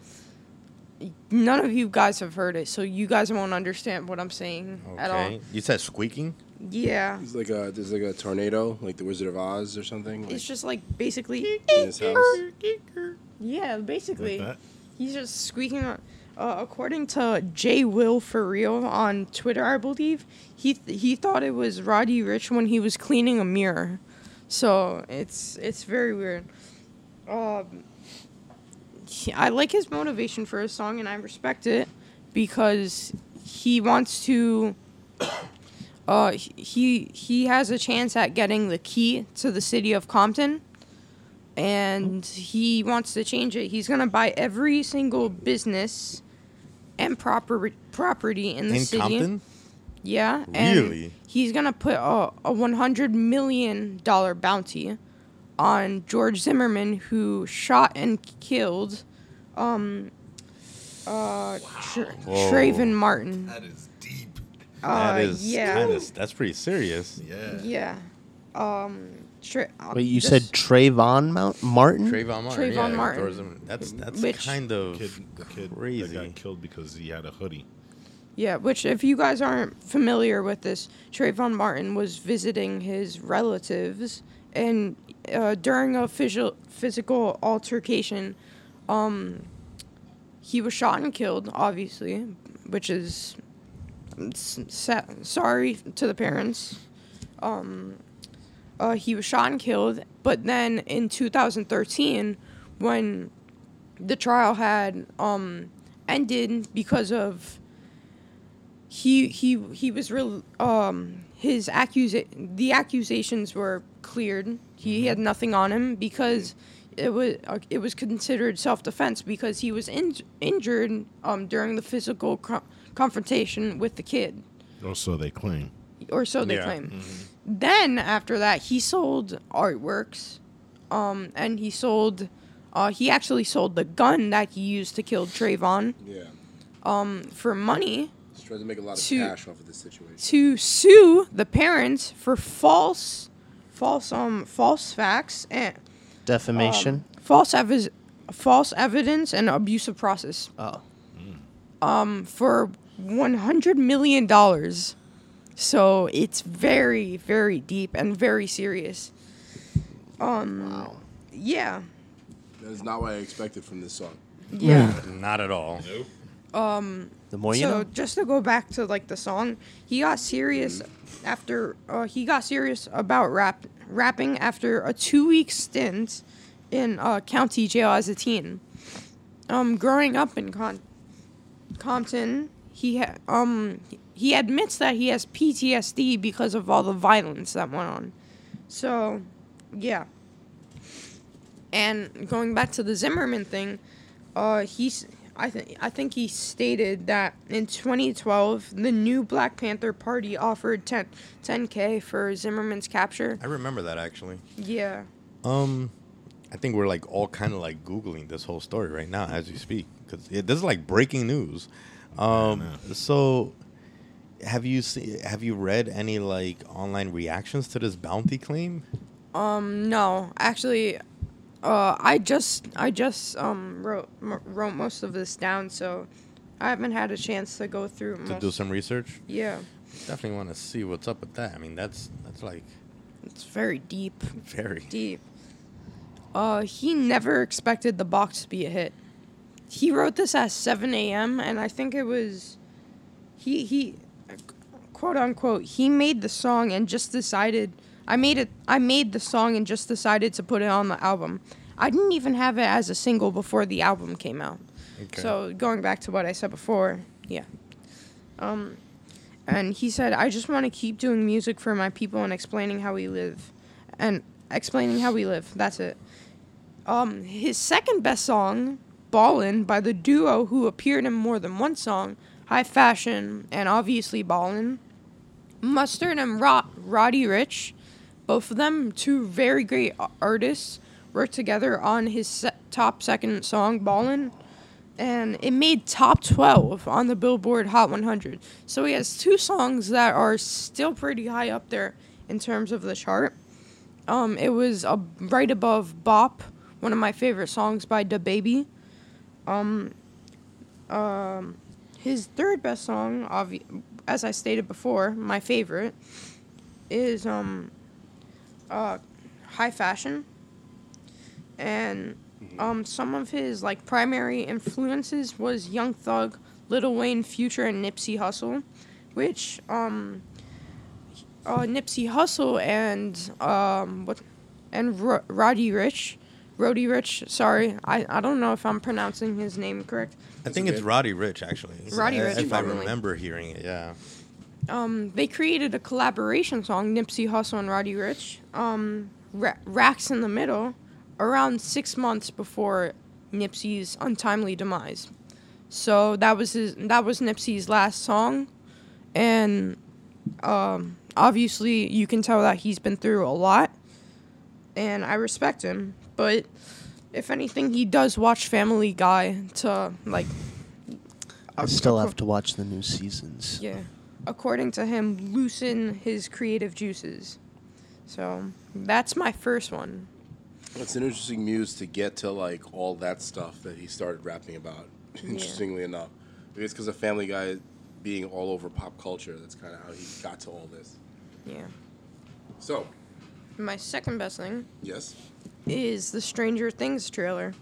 D: None of you guys have heard it, so you guys won't understand what I'm saying at all.
C: Okay. You said squeaking.
D: Yeah,
A: It's like a there's like a tornado, like the Wizard of Oz or something. Like
D: it's just like basically.
A: in his house.
D: Yeah, basically.
E: Like that?
D: He's just squeaking. on- Uh, according to J Will for real on Twitter, I believe he th- he thought it was Roddy Rich when he was cleaning a mirror, so it's it's very weird. Um, he- I like his motivation for his song, and I respect it because he wants to. Uh, he- he he has a chance at getting the key to the city of Compton and he wants to change it. He's gonna buy every single business and proper property in the
C: In
D: city.
C: Compton?
D: Yeah, and
C: Really?
D: he's gonna put a, a one hundred million dollar bounty on George Zimmerman, who shot and killed, um, uh, Tr-
C: Whoa.
D: Trayvon Martin.
E: That is deep.
D: Uh,
C: that is
D: yeah, Mm-hmm.
C: kinda, that's pretty serious.
E: Yeah.
D: yeah. Um, Tra-
B: Wait, you
D: this-
B: said Trayvon Mount Martin?
C: Trayvon Martin.
D: Trayvon
C: yeah,
D: Martin.
C: or some- That's that's
D: Which-
C: kind of
E: Kid, the kid
C: crazy.
E: that got killed because he had a hoodie.
D: Yeah, which if you guys aren't familiar with this, Trayvon Martin was visiting his relatives, and uh, during a physical physical altercation, um, He was shot and killed, obviously, which is um, s- sa- sorry to the parents. Um, uh, he was shot and killed, but then in 2013, when the trial had um, ended because of he he he was real um his accusa- the accusations were cleared. He had nothing on him because it was uh, it was considered self defense because he was in- injured um during the physical co- confrontation with the kid
E: Or so they claim.
D: or so they
C: Yeah.
D: claim. Then after that, he sold artworks, um, and he sold. Uh, he actually sold the gun that he used to kill Trayvon
A: Yeah.
D: for money
A: He's trying to make a lot of
D: Two-
A: cash off of this situation.
D: to sue the parents for false, false um false facts and
B: Defamation.
D: false evi- false evidence and abusive process Mm. Um,
B: oh.
D: for one hundred million dollars. So it's very very deep and very serious. Um,
B: Wow.
D: Yeah.
A: That is not what I expected from this song.
D: Um, Yeah.
B: Hmm.
C: Not at all.
B: The more you
D: so
B: know.
D: just to go back to like the song, he got serious
B: Mm-hmm.
D: after uh, he got serious about rap rapping after a two week stint in uh, county jail as a teen. Um, growing up in Con- Compton, he ha- um he admits that he has PTSD because of all the violence that went on. So, yeah. And going back to the Zimmerman thing, uh, he's I think I think he stated that in 2012 the new Black Panther Party offered 10 10k for Zimmerman's capture.
C: I remember that actually.
D: Yeah.
C: Um, I think we're like all kind of like googling this whole story right now as we speak because this is like breaking news. Um, so have you seen? Have you read any like online reactions to this bounty claim?
D: Um. No, actually, uh, I just I just um wrote m- wrote most of this down, so I haven't had a chance to go through.
C: To
D: Most.
C: do some research,
D: yeah,
C: definitely want to see what's up with that. I mean, that's that's like
D: it's very deep,
C: very.
D: deep. Uh, he never expected the box to be a hit. He wrote this at 7 a.m. and I think it was, he he, quote unquote, he made the song and just decided. I made it. I made the song and just decided to put it on the album. I didn't even have it as a single before the album came out.
C: Okay.
D: So going back to what I said before, yeah. Um, and he said, I just want to keep doing music for my people and explaining how we live, and explaining how we live. That's it. Um, his second best song, "Ballin" by the duo who appeared in more than one song, "High Fashion" and obviously "Ballin." Mustard and Ro- Roddy Rich, both of them, two very great a- artists, worked together on his se- top second song, Ballin', and it made top 12 on the Billboard Hot 100. So he has two songs that are still pretty high up there in terms of the chart. Um, it was uh, right above Bop, one of my favorite songs by Da Baby. Um, His third best song, obvi- as I stated before, my favorite, is um, uh, High Fashion. And um, some of his like primary influences was Young Thug, Lil Wayne, Future, and Nipsey Hussle, which um, uh, Nipsey Hussle and um, what and Ro- Roddy Rich, Roddy Rich. Sorry, I, I don't know if I'm pronouncing his name correct.
C: I think it's
A: okay.
C: Roddy Rich actually.
D: Roddy
C: I-
D: Rich,
C: If I
D: probably.
C: remember hearing it, yeah.
D: um, they created a collaboration song, Nipsey Hussle and Roddy Rich, um, Ra- Racks in the Middle, around six months before Nipsey's untimely demise. So that was his, that was Nipsey's last song, and um, obviously you can tell that he's been through a lot, and I respect him. But if anything, he does watch Family Guy to like
B: I still have to watch the new seasons.
D: uh, yeah. According to him, loosen his creative juices. So that's my first one.
A: It's an interesting muse to get to like all that stuff that he started rapping about. Interestingly enough, Maybe it's because of Family Guy being all over pop culture. That's kind of how he got to all this.
D: Yeah.
A: So,
D: My second best thing
A: yes,
D: is the Stranger Things trailer.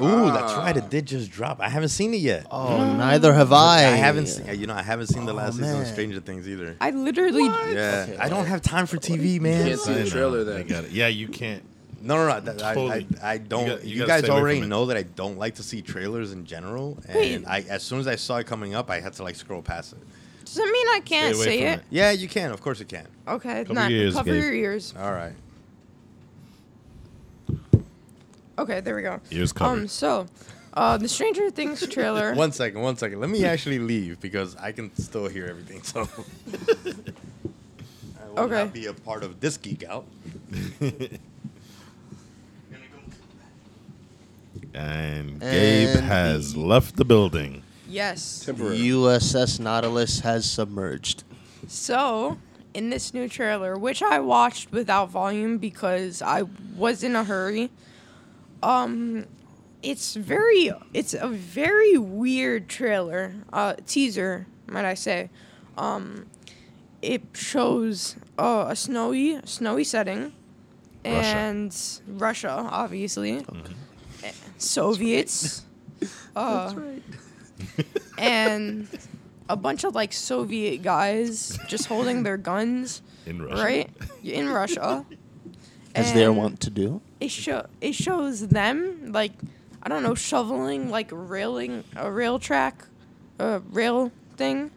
C: Ooh,
D: Ah.
C: that's right. It did just drop. I haven't seen it yet.
B: Oh, neither have I.
C: I haven't seen. You know, I haven't seen the
B: Oh,
C: last season of
B: man.
C: Stranger Things either.
D: I literally.
C: Yeah,
B: Okay,
C: I don't have time for TV, man.
A: Can't see
E: I
A: the
E: know,
A: trailer
E: I
A: then.
E: get it. Yeah, you can't.
C: No, no, no. that- I-
E: Totally.
C: I, I don't.
E: You
C: You,
E: got- you gotta
C: guys
E: stay away
C: already
E: from it.
C: know that I don't like to see trailers in general,
D: Wait.
C: and I, as soon as I saw it coming up, I had to like scroll past it.
D: Does that mean I can't
E: away
D: say
E: from
D: it?
E: it.
C: Yeah, you can. Of course, you can.
D: Okay,
E: Cover
D: not
E: your ears,
D: cover
E: Gabe.
D: your ears.
C: All right.
D: Okay, there we go.
E: Ears
D: Um,
E: covered.
D: so, uh, the Stranger Things trailer.
C: One second. One second. Let me actually leave because I can still hear everything. So. I will
D: Okay.
C: Not be a part of this geek out.
E: And
B: And
E: Gabe has left the building.
D: Yes.
A: Temporary.
B: USS Nautilus has submerged.
D: So, in this new trailer, which I watched without volume because I was in a hurry, um, it's very, it's a very weird trailer, uh, teaser, might I say. Um, it shows uh, a snowy, snowy setting, and Russia, obviously, Eh, Soviets, uh, and a bunch of like Soviet guys just holding their guns,
E: In Russia.
D: right? In Russia.
B: As they are
D: And
B: wont to do.
D: It show it shows them like I don't know shoveling like railing a rail track, a rail thing,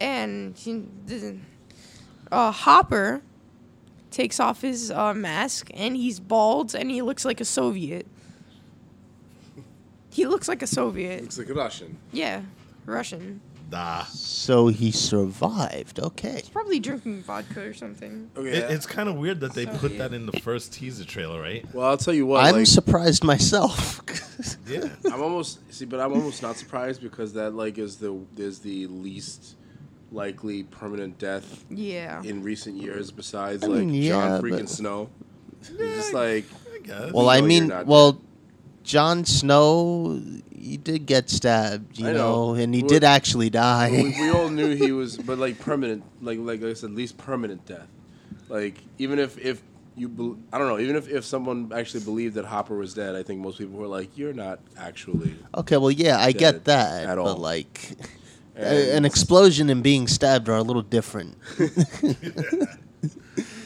D: and he doesn't. Uh, Hopper takes off his uh, mask and he's bald and he looks like a Soviet. He looks like a Soviet.
A: Looks like a Russian.
D: Yeah, Russian.
E: Nah.
B: So he survived. Okay.
D: Probably drinking vodka or something.
A: Okay.
E: It, it's kind of weird that they
D: So
E: put
D: weird.
E: that in the first teaser trailer, right?
A: well, I'll tell you what.
B: I'm
A: like,
B: surprised myself.
E: Yeah.
A: I'm almost see, but I'm almost not surprised because that like is the is the least likely permanent death
D: Yeah.
A: in recent years besides
B: I
A: like
B: mean, yeah,
A: John freaking
B: but-
A: Snow. It's just like
E: I guess.
B: well,
A: We
B: I
A: know
B: mean,
A: you're not
B: well, Jon Snow, he did get stabbed, you
A: I know.
B: know, and he
A: Well,
B: did actually die.
A: we, we all knew he was, but like permanent, like like I said, least permanent death. Like even if if you, bel I don't know, even if if someone actually believed that Hopper was dead, I think most people were like, you're not actually.
B: okay, well, yeah, I
A: Dead
B: get that,
A: at all.
B: but like,
A: And-
B: a- an explosion and being stabbed are a little different.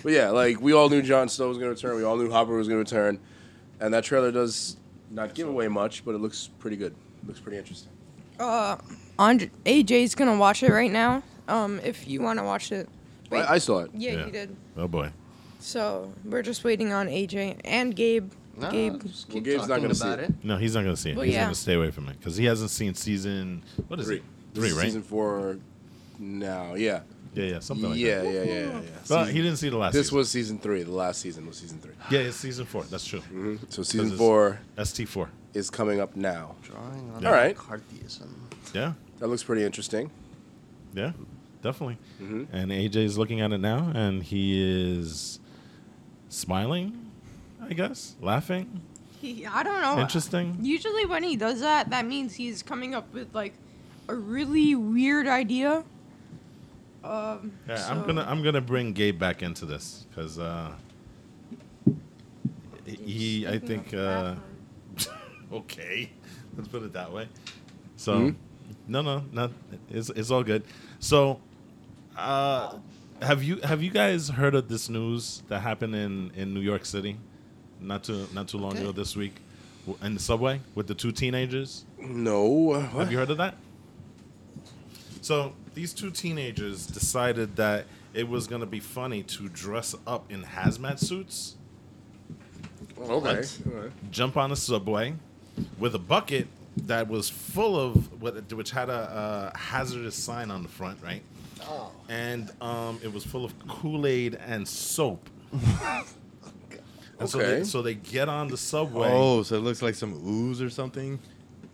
A: But yeah, like we all knew Jon Snow was gonna return. We all knew Hopper was gonna return, and that trailer does not give away much, but it looks pretty good. looks pretty interesting.
D: Uh, Andre, AJ's gonna watch it right now. Um, if you wanna watch it. Wait.
A: I, I saw it.
D: yeah,
E: Yeah.
D: you did.
E: Oh boy.
D: So we're just waiting on AJ and Gabe.
A: keep
D: Gabe.
A: Well, Gabe's not talking gonna see about it.
E: No, he's not gonna see it.
D: Well,
E: he's
D: yeah.
E: gonna stay away from it because he hasn't seen season. What is
A: Three.
E: it? Three,
A: This is
E: right?
A: Season four now. Yeah.
E: yeah, yeah, something like
A: yeah,
E: that.
A: yeah, yeah, yeah, yeah.
E: But
A: Season-
E: he didn't see the last.
A: this
E: season.
A: was season three. The last season was Mm-hmm. season 3
E: Yeah, it's season four. That's true.
A: So season
E: it's-
A: four
E: That's T four.
A: is coming up now.
B: Drawing on
A: All right.
B: McCarthyism.
E: Yeah,
A: That looks pretty interesting.
E: yeah, definitely. And AJ is looking at it now, and he is smiling. I guess laughing.
D: He, I don't know.
E: Interesting.
D: Usually when he does that, that means he's coming up with like a really weird idea. Um,
E: Yeah,
D: so-
E: I'm gonna I'm gonna bring Gabe back into this because uh, he I think uh, okay, let's put it that way. So no no not it's it's all good. So uh, have you have you guys heard of this news that happened in in New York City not too not too long ago this week w- in the subway with the two teenagers?
A: No. uh,
E: Have you heard of that? So these two teenagers decided that it was going to be funny to dress up in hazmat suits,
A: Okay. all right.
E: jump on a subway with a bucket that was full of what, which had a, a hazardous sign on the front, right? Oh. And um, it was full of Kool Aid and soap. And so,
A: Okay.
E: they, so they get on the subway.
C: Oh, so it looks like some ooze or something.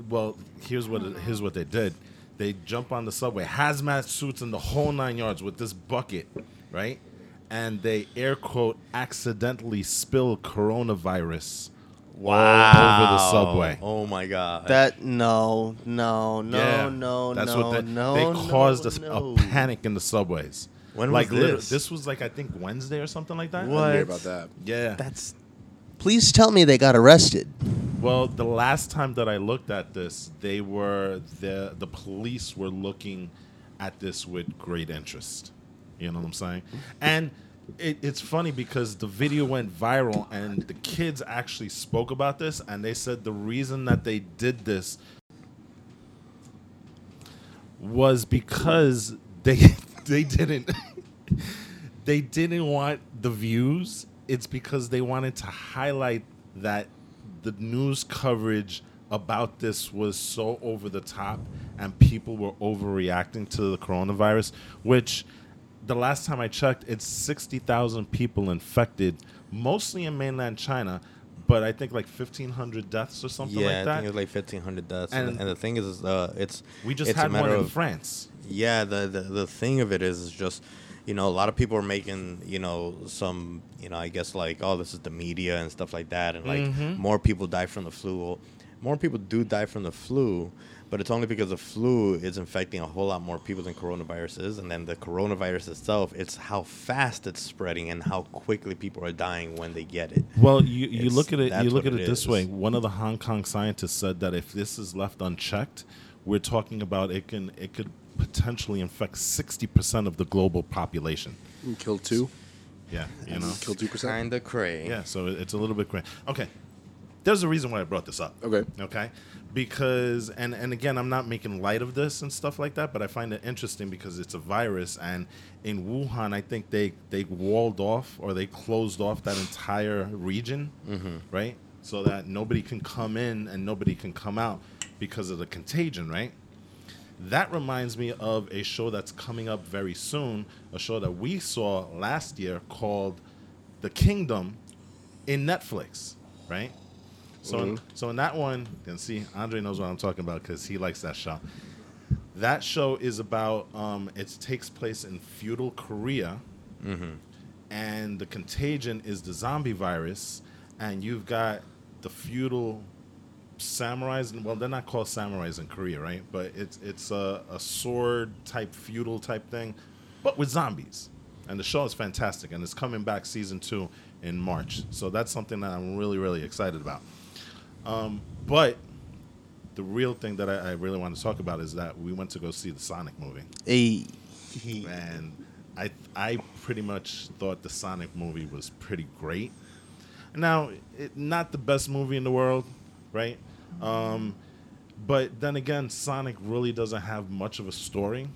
E: Well, here's what it, here's what they did. They jump on the subway, hazmat suits in the whole nine yards with this bucket, right? And they air quote accidentally spill coronavirus all over the subway.
C: Oh my god.
B: That no, no, no,
E: Yeah.
B: no,
E: That's
B: no,
E: what they,
B: no.
E: they
B: no,
E: caused us
B: no.
E: a panic in the subways.
C: When
E: like
C: was
E: liter-
C: this?
E: this was like I think Wednesday or something like that.
A: I didn't hear about
C: What?
A: that.
E: Yeah.
C: That's
B: Please tell me they got arrested.
E: Well, the last time that I looked at this, they were the the police were looking at this with great interest. You know what I'm saying? And it, it's funny because the video went viral, and the kids actually spoke about this, and they said the reason that they did this was because they they didn't they didn't want the views. It's because they wanted to highlight that the news coverage about this was so over the top and people were overreacting to the coronavirus, which the last time I checked, it's 60,000 people infected, mostly in mainland China, but I think like 1,500 deaths or something
C: yeah,
E: like
C: I
E: that.
C: think it was like fifteen hundred deaths.
E: And-
C: And, and the thing is, is, uh, it's
E: we just
C: it's a
E: had one
C: matter
E: in
C: of-
E: France.
C: Yeah, the, the the thing of it is, is just you know a lot of people are making you know some you know I guess like oh this is the media and stuff like that, and like
E: Mm-hmm.
C: more people die from the flu. Well, more people do die from the flu, but it's only because the flu is infecting a whole lot more people than coronavirus is, and then the coronavirus itself, it's how fast it's spreading and how quickly people are dying when they get it.
E: Well, you, you
C: It's-
E: look at it you
C: that's
E: look
C: what
E: at it,
C: it
E: this
C: is.
E: way. One of the Hong Kong scientists said that if this is left unchecked, we're talking about it can it could potentially infect sixty percent of the global population.
A: Kill two.
E: Yeah, you know.
A: Kill two percent.
C: Kinda crazy.
E: Yeah, so it- it's a little bit crazy. Okay, there's a reason why I brought this up.
A: Okay.
E: Okay, because and and again, I'm not making light of this and stuff like that, but I find it interesting because it's a virus, and in Wuhan, I think they they walled off or they closed off that entire region, right, so that nobody can come in and nobody can come out because of the contagion, right? That reminds me of a show that's coming up very soon, a show that we saw last year called The Kingdom in Netflix, right? So, in, so in that one, and see, Andre knows what I'm talking about because he likes that show. That show is about um, it takes place in feudal Korea, and the contagion is the zombie virus, and you've got the feudal samurais. and- Well, they're not called samurais in Korea, right? But it's it's a, a sword type feudal type thing, but with zombies. And the show is fantastic, and it's coming back season two in March. So that's something that I'm really really excited about. Um, but the real thing that I, I really want to talk about is that we went to go see the Sonic movie
B: Hey,
E: and I I pretty much thought the Sonic movie was pretty great. Now, it, not the best movie in the world, right? Um, but then again, Sonic really doesn't have much of a story.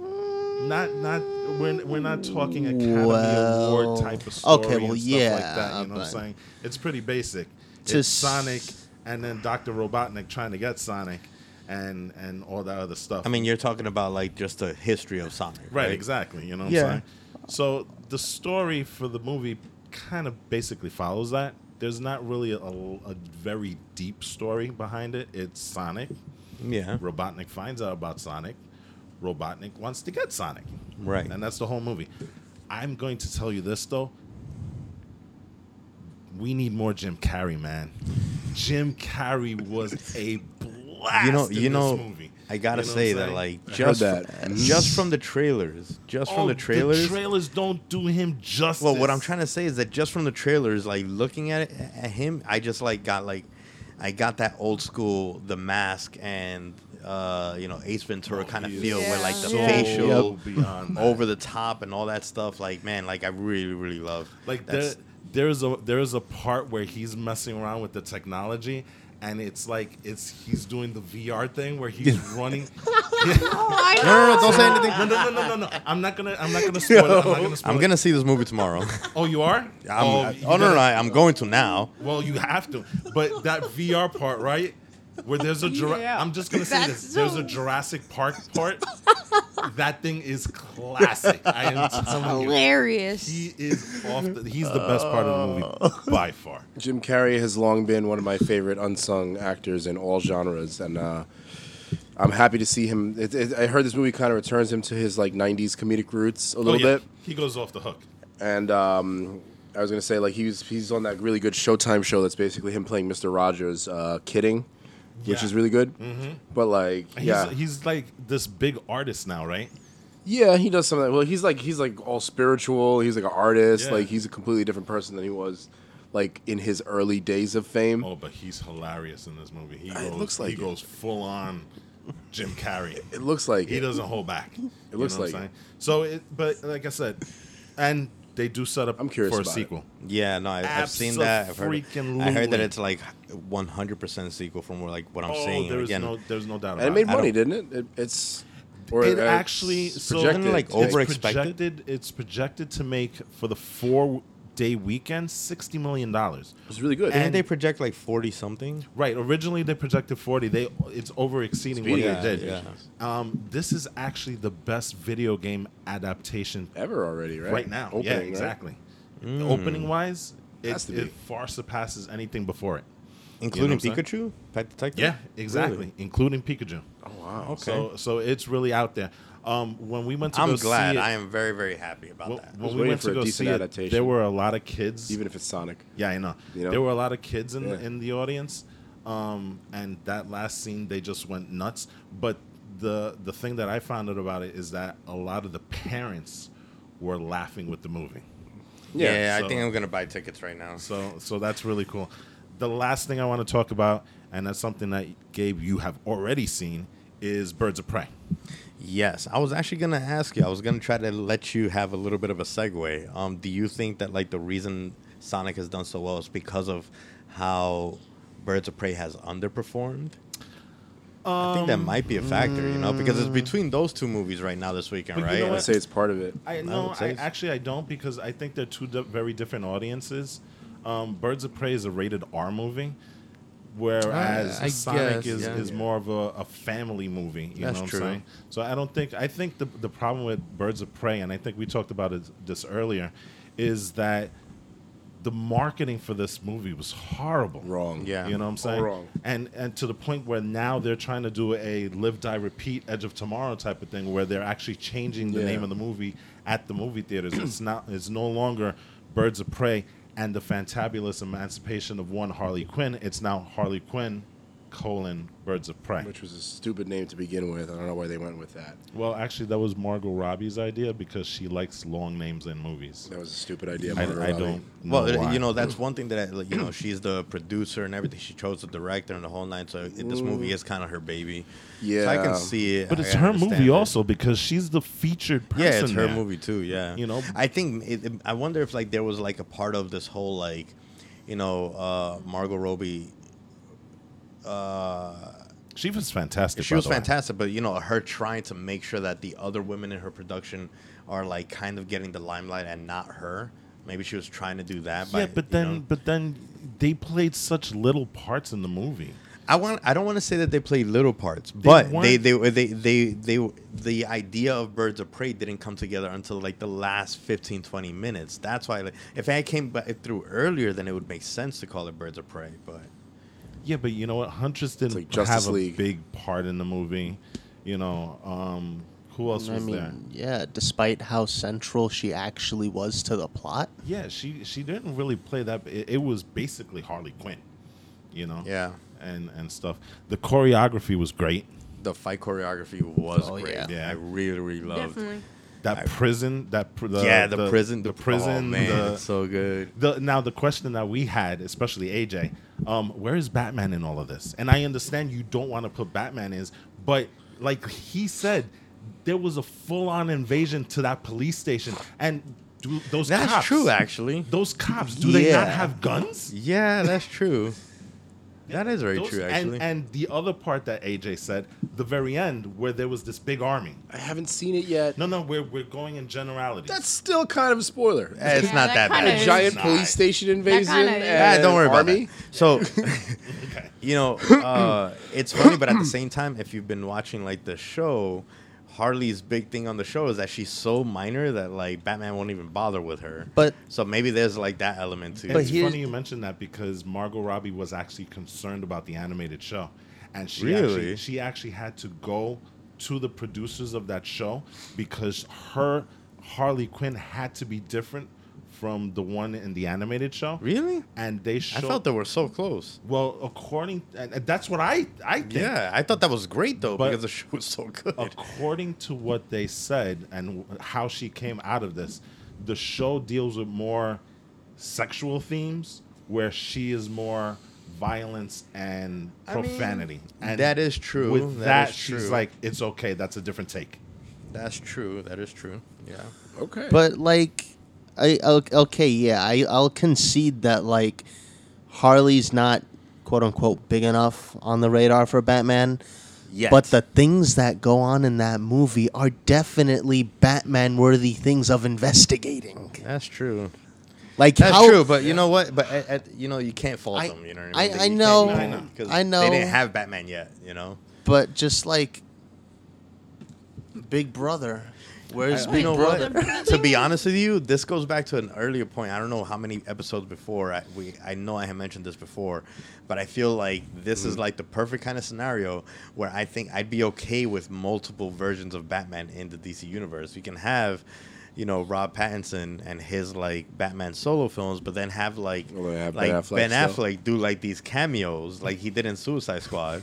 B: Mm.
E: Not not we're, we're not talking Academy
B: Well,
E: Award type of story.
B: okay, well,
E: and stuff
B: yeah,
E: like that, you know what I'm
B: but-
E: saying? It's pretty basic.
B: To
E: it's
B: s-
E: Sonic and then Doctor Robotnik trying to get Sonic, and and all that other stuff.
C: I mean, you're talking about like just the history of Sonic,
E: Right, exactly. You know what
B: Yeah.
E: I'm saying? So the story for the movie kind of basically follows that. There's not really a, a very deep story behind it. It's Sonic.
C: Yeah.
E: Robotnik finds out about Sonic. Robotnik wants to get Sonic.
C: Right.
E: And that's the whole movie. I'm going to tell you this, though. We need more Jim Carrey, man. Jim Carrey was a blast
C: you know,
E: in
C: you know,
E: this movie.
C: I gotta
E: You know what
C: say
E: I'm
C: that
E: saying?
C: like just
A: that.
C: fr- just from the trailers, just
E: Oh,
C: from the trailers.
E: trailers don't do him justice.
C: well, what I'm trying to say is that just from the trailers, like looking at it, at him, I just like got like, I got that old school The Mask and uh, you know Ace Ventura kind of
E: he is
C: feel where like the
E: Oh, so
C: facial
E: beyond that.
C: over the top and all that stuff. Like man, like I really really love
E: like there,
C: that's-
E: there's a there's a part where he's messing around with the technology, and it's like it's he's doing the VR thing where he's running.
D: Oh,
C: No, no, no, don't say anything.
E: No, no, no, no, no, no. I'm not gonna I'm not gonna spoil it. I'm not gonna spoil
C: I'm
E: it.
C: gonna see this movie tomorrow.
E: Oh, you are?
C: I'm,
E: oh,
C: oh
E: you
C: no, no,
E: gotta-
C: no, I'm going to now.
E: Well, you have to. But that VR part, right? Where there's a Jura-
D: Yeah.
E: I'm just gonna say
D: That's
E: this. There's
D: so-
E: a Jurassic Park part. that thing is classic. I am telling you.
D: Hilarious.
E: He is off. The, he's the best part of the
A: Oh.
E: movie by far.
A: Jim Carrey has long been one of my favorite unsung actors in all genres, and uh, I'm happy to see him. It, it, I heard this movie kind of returns him to his like '90s comedic roots a little
E: Oh, yeah.
A: bit.
E: He goes off the hook.
A: and um, I was gonna say like he's he's on that really good Showtime show that's basically him playing Mister Rogers, uh, kidding, which
E: Yeah.
A: is really good. Mm-hmm. But like,
E: He's,
A: yeah,
E: he's like this big artist now, right?
A: yeah, he does some of that. Well, he's like he's like all spiritual. He's like an artist.
E: Yeah.
A: Like he's a completely different person than he was. like in his early days of fame.
E: Oh, but he's hilarious in this movie. He
A: It
E: goes,
A: looks like
E: he
A: it.
E: goes full on Jim Carrey.
A: It looks like
E: he
A: it.
E: doesn't hold back. It
A: looks like it.
E: So, it, but like I said, and they do set up
A: I'm curious
E: for a
A: about it.
E: sequel.
C: Yeah, no, I, I've seen that. I've heard,
E: Abso-freaking-lutely.
C: I heard that it's like 100% sequel from where, like what I'm
E: oh,
C: seeing.
E: there's
C: Again,
E: no, there's no doubt.
A: and it
E: about
A: made
E: I don't-
A: money, didn't it? it it's or
E: it
A: uh,
E: actually
A: it's
E: so
A: projected,
C: like,
A: to make-
E: it's
C: over- overexpected?
E: projected- It's projected to make for the four day weekend sixty million dollars.
A: It was really good.
C: didn't they project like 40 something?
E: Right. Originally they projected forty. They it's over exceeding what
C: Yeah,
E: they did.
C: yeah.
E: Um, this is actually the best video game adaptation
A: ever already, right?
E: right, now.
A: Opening,
E: yeah,
A: right? Hmm.
E: exactly. Opening wise,
A: Has
E: it,
A: to be.
E: it far surpasses anything before it.
C: Including
E: what I'm
C: Pikachu? Pet Detective?
E: Yeah, exactly,
C: Really?
E: including Pikachu.
A: Oh wow.
C: Okay.
E: So so it's really out there. Um, when we went to
C: I'm
E: go
C: glad.
E: see it,
C: I am very, very happy about
E: Well,
C: that.
E: when
A: was
E: we
A: waiting
E: went
A: for
E: to
A: a
E: go
A: decent
E: see it, there
A: adaptation.
E: were a lot of kids.
A: Even if it's Sonic.
E: yeah, I know.
A: You know?
E: There were a lot of kids in
A: Yeah.
E: in the audience, um, and that last scene they just went nuts. But the the thing that I found out about it is that a lot of the parents were laughing with the movie.
C: yeah,
E: so-
C: I think I'm going to buy tickets right now.
E: So so that's really cool. The last thing I want to talk about, and that's something that Gabe you have already seen, is Birds of Prey.
C: Yes, I was actually gonna ask you. I was gonna try to let you have a little bit of a segue. Um, do you think that like the reason Sonic has done so well is because of how Birds of Prey has underperformed? I think
E: Um,
C: that might be a factor, you know, because it's between those two movies right now this weekend,
E: mm. But
C: right?
E: you know
A: I would say it's part of it.
E: I no,
C: would say
E: I,
C: so.
E: actually I don't because I think they're two di- very different audiences. Um, Birds of Prey is a rated R movie, whereas
C: Ah, I- I
E: Sonic
C: guess,
E: is,
C: yeah.
E: is more of a, a family movie. You
C: That's
E: know what
C: true.
E: I'm saying? So I don't think I think the the problem with Birds of Prey, and I think we talked about it, this earlier, is that the marketing for this movie was horrible.
A: Wrong.
C: Yeah.
E: You know what I'm saying?
A: wrong.
E: And and to the point where now they're trying to do a live die repeat edge of tomorrow type of thing where they're actually changing the
A: Yeah.
E: name of the movie at the movie theaters. it's not it's no longer Birds of Prey and the fantabulous emancipation of one Harley Quinn. It's now Harley Quinn colon Birds of Prey.
A: Which was a stupid name to begin with. I don't know why they went with that.
E: well, actually that was Margot Robbie's idea because she likes long names in movies.
A: That was a stupid idea.
E: I,
A: Margot
E: I
A: Robbie.
E: don't know
C: well, uh,
E: why.
C: you know, that's one thing that I, like, you know she's the producer and everything. She chose the director and the whole nine. So it, this movie is kind of her baby. so I
A: Yeah.
C: can see it.
E: but
C: I
E: it's her
C: understand
E: movie
C: it.
E: also because she's the featured person.
C: Yeah, it's her
E: there.
C: movie too. Yeah,
E: You know?
C: I think it, it- I wonder if like there was like a part of this whole like, you know, uh, Margot Robbie. Uh,
E: She was fantastic.
C: she
E: by
C: was
E: the way.
C: fantastic, but you know, her trying to make sure that the other women in her production are like kind of getting the limelight and not her. Maybe she was trying to do that. by,
E: yeah, but
C: you
E: then,
C: know-
E: but then they played such little parts in the movie.
C: I want. I don't want to say that they played little parts, but they
E: weren't-
C: they, they they they the idea of Birds of Prey didn't come together until like the last 15, 20 minutes. That's why, like, if I came back through earlier, then it would make sense to call it Birds of Prey. But
E: Yeah, but you know what? Huntress didn't
A: like Justice
E: have a
A: League.
E: big part in the movie. You know, um, who else
B: I
E: was
B: mean,
E: there?
B: yeah, despite how central she actually was to the plot.
E: Yeah, she she didn't really play that. It, it was basically Harley Quinn. You know.
C: Yeah.
E: And and stuff. The choreography was great.
C: the fight choreography was
B: Oh,
C: great.
B: yeah.
E: Yeah.
C: I really really loved.
D: Definitely.
E: That prison. That pr- the,
C: yeah, the, prison,
E: The,
C: the,
E: prison.
C: Oh, man,
E: the-
C: it's so good.
E: the now the question that we had, especially AJ, um, where is Batman in all of this? And I understand you don't want to put Batman is, but like he said, there was a full on invasion to that police station, and do those
C: That's
E: cops,
C: true, actually.
E: Those cops, do they not
B: Yeah.
E: have guns?
C: Yeah, that's true. that is very
E: Those-
C: true,
E: and-
C: actually.
E: and the other part that AJ said, the very end where there was this big army.
A: I haven't seen it yet.
E: No, no, we're we're going in generalities.
A: That's still kind of a spoiler.
C: Eh, it's
D: Yeah,
C: not
D: that
C: that bad.
D: kinda
A: a giant
E: Nah.
A: police station invasion.
D: kinda is.
A: and
C: Yeah, Ah, don't worry
A: army.
C: about that. So, you know, uh, it's funny, but at the same time, if you've been watching like the show, Harley's big thing on the show is that she's so minor that like Batman won't even bother with her.
B: But-
C: so maybe there's like that element too.
E: And
B: But
E: it's
B: here's-
E: funny you mentioned that because Margot Robbie was actually concerned about the animated show, and she
C: Really?
E: actually, she actually had to go to the producers of that show because her Harley Quinn had to be different from the one in the animated show.
C: Really?
E: And they showed.
C: I thought they were so close.
E: well, according and and that's what I I think.
C: Yeah, I thought that was great though
E: But-
C: because the show was so good.
E: According to what they said and w- how she came out of this, the show deals with more sexual themes, where she is more violence and
C: I mean,
E: profanity. and
C: that is true.
E: With
C: That
E: that,
C: is
E: she's
C: true.
E: like, it's okay. That's a different take.
C: That's true. That is true. Yeah.
A: Okay.
B: But like, I o- okay, yeah, I I'll concede that like Harley's not quote unquote big enough on the radar for Batman.
C: Yes.
B: But the things that go on in that movie are definitely Batman worthy things of investigating.
C: That's true.
B: Like
C: That's
B: how,
C: true, but you know what? But at, at, you know you can't fault
B: I-
C: them. You know what
B: I-
C: I mean?
B: I
C: They- you can't
B: know,
C: fault them 'cause
B: I know.
C: They didn't have Batman yet. You know.
B: but just like Big Brother. Where's
C: I-
B: Big
C: you know
B: Brother?
C: what? to be honest with you, this goes back to an earlier point. I don't know how many episodes before I, we. I know I had mentioned this before, but I feel like this
B: Mm.
C: is like the perfect kind of scenario where I think I'd be okay with multiple versions of Batman in the DC universe. You can have. You know Rob Pattinson and his like Batman solo films, but then have like
A: Well, they have Ben
C: like
A: Affleck
C: Ben
A: still.
C: Affleck do like these cameos, like he did in Suicide Squad.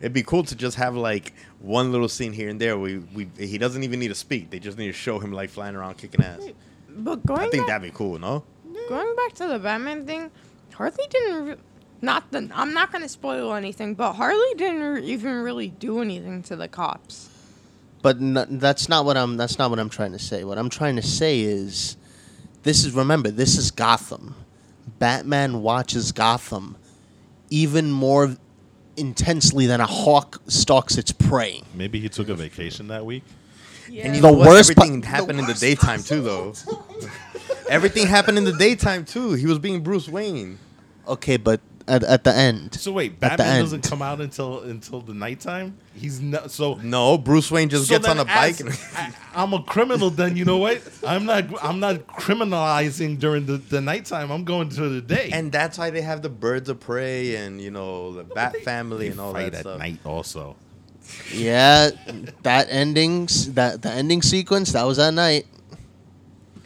C: It'd be cool to just have like one little scene here and there. We we he doesn't even need to speak. They just need to show him like flying around kicking ass.
D: But going
C: I think
D: back,
C: that'd be cool, no?
D: going back to the Batman thing, Harley didn't. Re- not the. I'm not gonna spoil anything, but Harley didn't re- even really do anything to the cops.
B: But n that's not what I'm. That's not what I'm trying to say. What I'm trying to say is, this is remember. This is Gotham. Batman watches Gotham, even more intensely than a hawk stalks its prey.
E: Maybe he took a vacation that week.
D: Yeah.
C: And
B: The
C: know what?
B: worst pa-
C: everything happened in the daytime too, though. everything happened in the daytime too. He was being Bruce Wayne.
B: Okay, but at, at the end.
E: So wait,
B: At the
E: Batman
B: end.
E: doesn't come out until until the nighttime. He's not so.
C: No, Bruce Wayne just
E: so
C: gets on
E: then
C: a bike.
E: as-
C: and
E: I, I'm a criminal. Then you know what? I'm not. I'm not criminalizing during the, the nighttime. I'm going to the day.
C: And that's why they have the birds of prey and you know the Bat Family and all
E: fight
C: that
E: at
C: stuff.
E: night also.
B: Yeah, that endings. That the ending sequence. That was at night.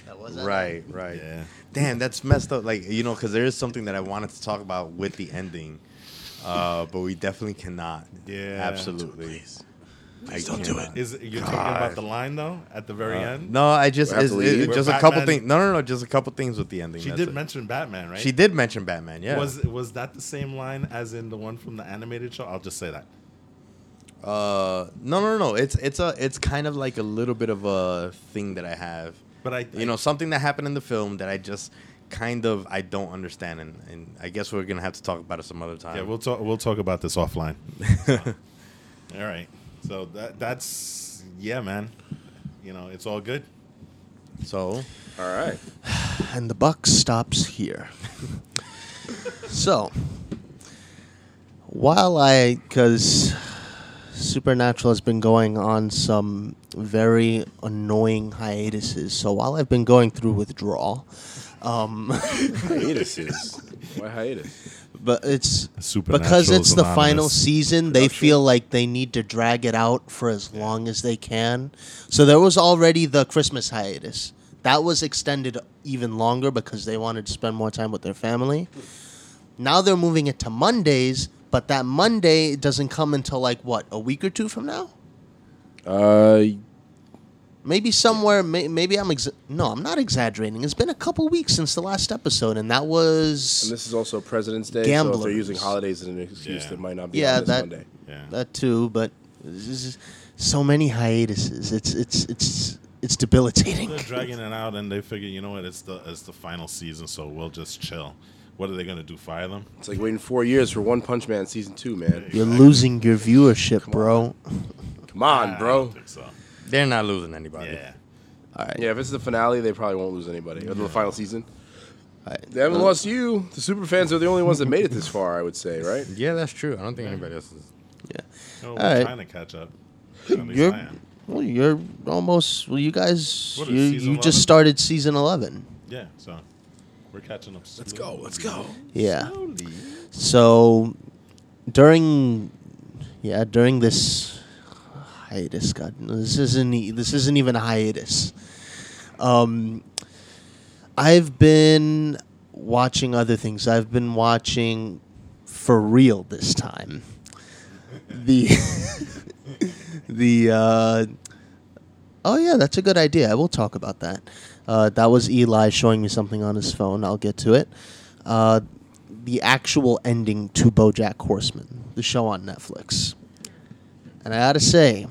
B: That was at
C: Right, right.
E: Yeah.
C: Damn, that's messed up. Like you know, because there is something that I wanted to talk about with the ending, uh, but we definitely cannot.
E: Yeah.
C: absolutely. Please don't do it.
E: Is it, you're talking about the line though at the very end?
C: Uh, No, I just
A: We have
C: it's,
A: to leave.
C: it-
E: We're
C: just a couple
E: Batman.
C: things. No, no, no, just a couple things with the ending.
E: she
C: that's
E: did
C: it.
E: mention Batman, right?
C: She did mention Batman. Yeah.
E: Was was that the same line as in the one from the animated show? I'll just say that.
C: uh, no, no, no. It's it's a it's kind of like a little bit of a thing that I have.
E: But I,
C: you know something that happened in the film that I just kind of I don't understand, and, and I guess we're gonna have to talk about it some other time.
E: yeah, we'll talk. We'll talk about this offline. Uh, all right. So that that's yeah, man. You know, it's all good.
C: so
A: All right.
B: and the buck stops here. so, while I, because Supernatural has been going on some very annoying hiatuses, so while I've been going through withdrawal, um,
A: Hiatus is. Why hiatus?
B: but it's
E: Supernatural
B: because it's
E: is
B: the final
E: anonymous.
B: season, they feel like they need to drag it out for as long as they can. So there was already the Christmas hiatus. That was extended even longer because they wanted to spend more time with their family. Now they're moving it to Mondays, but that Monday doesn't come until like what, a week or two from now?
A: Uh,
B: Maybe somewhere, may, maybe I'm exa- no, I'm not exaggerating. It's been a couple weeks since the last episode, and that
A: and
B: was
A: this is also President's Day, so if they're
B: Gamblers.
A: using holidays as an excuse,
E: Yeah.
A: that might not be
B: Yeah,
A: on this
B: that-
A: Monday.
E: Yeah.
B: that too. But this is so many hiatuses. It's it's it's it's debilitating.
E: They're dragging it out, and they figure, you know what? It's the it's the final season, so we'll just chill. What are they gonna do? Fire them?
A: It's like waiting four years for One Punch Man season two, man.
B: You're losing your viewership, bro.
A: Come on,
E: I
A: bro.
E: don't think so.
C: they're not losing anybody.
E: Yeah.
A: Yeah, if it's the finale, they probably won't lose anybody. Or the final season.
B: Alright.
A: They haven't lost you. The superfans are the only ones that made it this far, I would say, right?
C: Yeah, that's true. I don't think anybody else is.
B: Yeah.
E: No,
B: All
E: Oh, we're
B: right.
E: trying to catch up. At least I
B: You're
E: am.
B: well, you're almost. Well, you guys,
E: What is
B: you
E: season
B: you
E: 11?
B: just started season eleven.
E: Yeah. So we're catching up.
A: Let's go. Let's go.
B: Yeah. So during, yeah, during this hiatus, God, this isn't e- this isn't even a hiatus. Um, I've been watching other things. I've been watching for real this time. The the uh, oh yeah, that's a good idea. I will talk about that. Uh, that was Eli showing me something on his phone. I'll get to it. Uh, the actual ending to BoJack Horseman, the show on Netflix. And I gotta say,